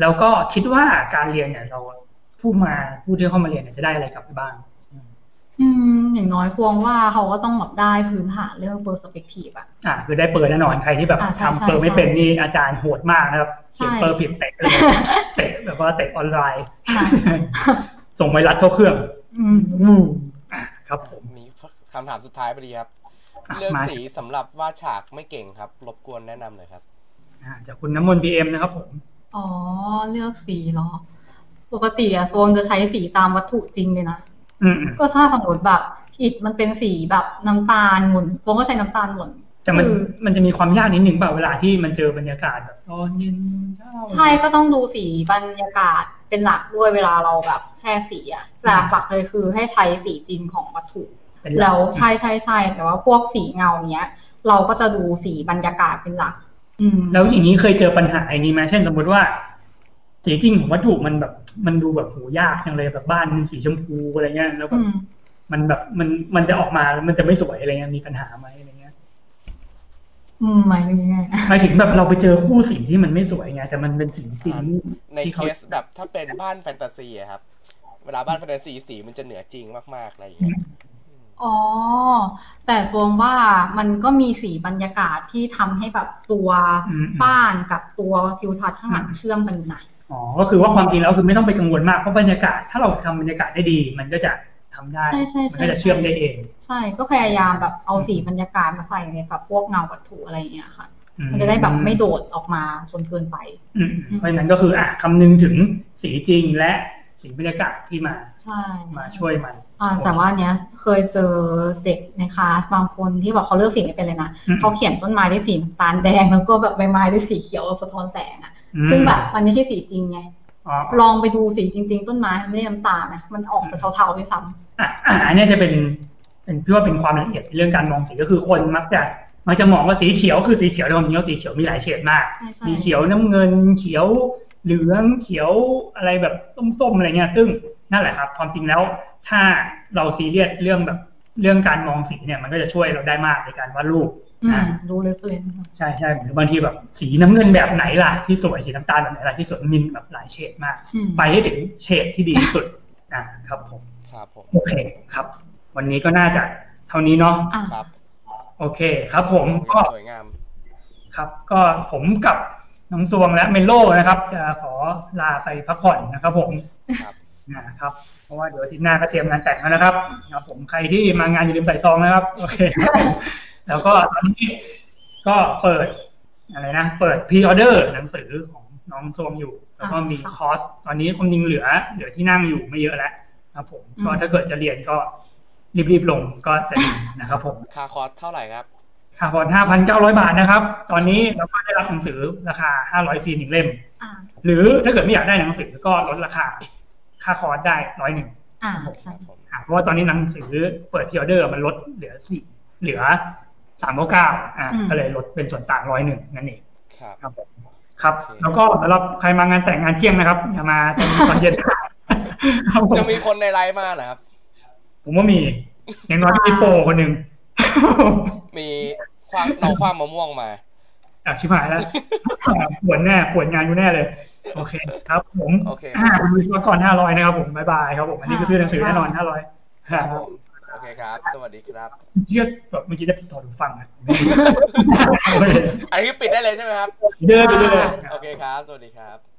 แล้วก็คิดว่าการเรียนเนี่ยเราผู้มาผู้ที่เข้ามาเรียนเนี่ยจะได้อะไรกลับไปบ้าง
อืมอย่างน้อยควงว่าเขาก็ต้องแบบได้พื้นฐานเรื่อง perspective อะ [laughs]
อ่า คือได้เปิดแน่นอนใครที่แบบ
อ่าใช่
ทำเปิดไม่เป็นนี่อาจารย์โหดมากนะครับ
ใช่
เขียนเปิดผิดเตะเลยเตะแบบว่าเตะออนไลน์
อ่ะ
ส่งไวรัสเข้าเครื่อง
อืม
อืมอ่าครับผม
มีคำถามสุดท้ายพอดีครับ
อ่ะ
เลือก
มา
สีสำหรับวาดฉากไม่เก่งครับ รบกวนแนะนำหน่อยครับ
อ่าจากคุณน้ำมนต์พีเอ็มนะครับผม
อ๋อ เลือกสีเหรอ ปกติอะทรงจะใช้สีตามวัตถุจริงเลยนะ
อืมอืม
ก็ถ้าสมมติแบบอิฐมันเป็นสีแบบน้ำตาลหมุนทรงก็ใช้น้ำตาลหมุน
แต่มัน
คือ
มันจะมีความยากนิดหนึ่งเปล่าเวลาที่มันเจอบรรยากาศแบบตอนเย็นเช้า
ใช่ก็ต้องดูสีบรรยากาศเป็นหลักด้วยเวลาเราแบบแทรกสีอะหลักหลักๆเลยคือให้ใช้สีจริงของวัตถุ
เป็นหก
แล้วใช่ใช่ใช่แต่ว่าพวกสีเงาเนี้ย เราก็จะดูสีบรรยากาศเป็นหลัก อืม
แล้วอย่างนี้เคยเจอปัญหาอย่างนี้ไหมเช่นสมมติว่าสีจริงของวัตถุมันแบบ มันดูแบบโหยากจังเลยแบบบ้านมันสีชมพูอะไรเงี้ยแล้วแบ
อื
บ
ม
มันแบบมันมันจะออกมาแล้วมันจะไม่สวยอะไรเงี้ยมีปัญหาไหมอะไรเงี้ย
อืมหมายถึงไง
หมายถึงแบบเราไปเจอคู่สีที่มันไม่สวยไงแต่มันเป็นสีจริง
ใน
ที่
เค
เขา
สแบบถ้าเป็นบ้านแฟนตาซีอะครับ เวลาบ้านแฟนตาซีสีมันจะเหนือจริงมากๆอะไรอย่างเงี้ย
อ๋อ แต่ทรงว่ามันก็มีสีบรรยากาศที่ทำให้แบบตัว
อืม
บ้านกับตัวทิวทัศน์ข้างหลังเชื่อมกันนะ
อ๋อก็คือว่าความจริงแล้วคือไม่ต้องไปกังวลมากเพราะบรรยากาศถ้าเราทำบรรยากาศได้ดี มันก็จะทำได้
ใช่ใช่
มัน
ใช่
ก็จะเชื่อมได้เอง
ใช่ก็พยายามแบบเอาสีบรรยากาศมาใส่ในแบบพวกเงาวัตถุอะไรอย่างเงี้ยค่ะ มันจะได้แบบไม่โดดออกมาจนเกินไป
อืมเพราะฉะนั้นก็คืออ่ะคำนึงถึงสีจริงและสีบรรยากาศที่มา
ใช่
มาช่วยมัน
อ่าแต่ว่าเนี้ยเคยเจอเด็กในคลาสบางคนที่บอกเขาเลือกสีไม่เป็นเลยนะ
อืม
เขาเขียนต้นไม้ด้วยสีน้ำตาลแดงแล้วก็แบบใบไม้ด้วยสีเขียวกับสะท้อนแสงอะ
อืม
ซึ่งแบบมันไม่ใช่สีจริงไง
อ๋อ
ลองไปดูสีจริง ๆ ต้นไม้มันไม่ได้น้ำตาลนะมันออกจะเทาๆด้วยซ้
อ่ะอ่ะอันเนี้ยจะเป็นเป็นพี่ว่าเป็นความละเอียดในเรื่องการมองสีก็คือคนมักจะมักจะมองว่าสีเขียวคือสีเขียวแต่ความจริงแล้วสีเขียวมีหลายเฉดมาก
ำใช่ใช่
มีเขียวน้ำเงินเขียว เหลืองเขียวอะไรแบบส้มๆอะไรเงี้ย ซึ่งนั่นแหละครับ ความจริงแล้ว ถ้าเราซีเรียสเรื่องแบบเรื่องการมองสีเนี่ย มันก็จะช่วยเราได้มากในการวาดรูป
อืม
นะ
รู้เลยเฟรนด์
ใช่ใช่หรือบางทีแบบสีน้ำเงินแบบไหนล่ะที่สวยสีน้ำตาลแบบไหนล่ะที่สวยมินแบบหลายเฉดมาก
อืม
ไปให้ถึงเฉดที่ดีที่สุดนะครับผม
ครับผม
โอเคครับ วันนี้ก็น่าจะเท่านี้เนาะ
อ่ะ
ครับ
โอเคครับผมก็
สวยงาม
ครับ ก็ผมกับน้องสวงและเมโลนะครับ จะขอลาไปพักผ่อนนะครับ ผม
ครับ
นะครับ เพราะว่าเดี๋ยวอาทิตย์หน้าก็เตรียมงานแต่งแล้วนะครับนะครับผมใครที่มางานอย่าลืมใส่ซองนะครับ โอ
[laughs]
เคครับผมแล้วก็ตอนนี้ ก็เปิดอะไรนะ เปิดพรีออเดอร์หนังสือของน้องโซมอยู่ แล้วก็มีคอร์สตอนนี้ความจริงเหลือ เหลือที่นั่งอยู่ไม่เยอะแล้วนะครับผมก็ถ้าเกิดจะเรียนก็รีบๆลงก็จะดีนะครับผม
ค่าคอร์สเท่าไหร่ครับ
ค่าพอร์ห้าพันเก้าร้อยบาทนะครับ ตอนนี้เราก็ได้รับหนังสือราคาห้าร้อยฟรีหนึ่งเล่ม
อ่ะ
หรือถ้าเกิดไม่อยากได้หนังสือก็ลดราคา ค่าคอร์สได้ร้อยหนึ่ง
อ่ะ
ค
ใช่
รับผม
อ่ะเพราะว่าตอนนี้หนังสือเปิดพรีออเดอร์มันลดเหลือสี่เหลือสามเก้าอ่ะ
อืม
ก็เลยลดเป็นส่วนต่างร้อยหนึ่งนั่นเอง
ครับ
ครับผมครับ
โอเค
แล้วก็สำหรับใครมางานแต่งงานเที่ยงนะครับอย่ามาตอนตอนเย็ [laughs] นครับผม
จะมีคนในไลฟ์มาเหรอครับ
ผมว่ามี อย่างน้อยก็มีโปรคนหนึ่ง [laughs]
มีความเราความมะม่วงมา
อ่ะชิบหาย
[laughs]
แล้วปวดแน่ปวดงานอยู่แน่เลย โอเค ครับ ผม
โอเค
อ่าคุณวิศวกรห้าร้อยนะครับผมบายบายครับผมอันนี้ก็ซื้อหนังสือแน่นอนห้าร้อยค
ค
รั
รับบ ผมโอเคครับ สวัสดีครับ
เชื่อแบบเมื่อกี้ได้ถอดหูฟัง
[laughs]
อะ
อันนี้ปิดได้เลยใช่ไหมครับ
เดินไปเลย
โอเคครับ สวัสดีครับ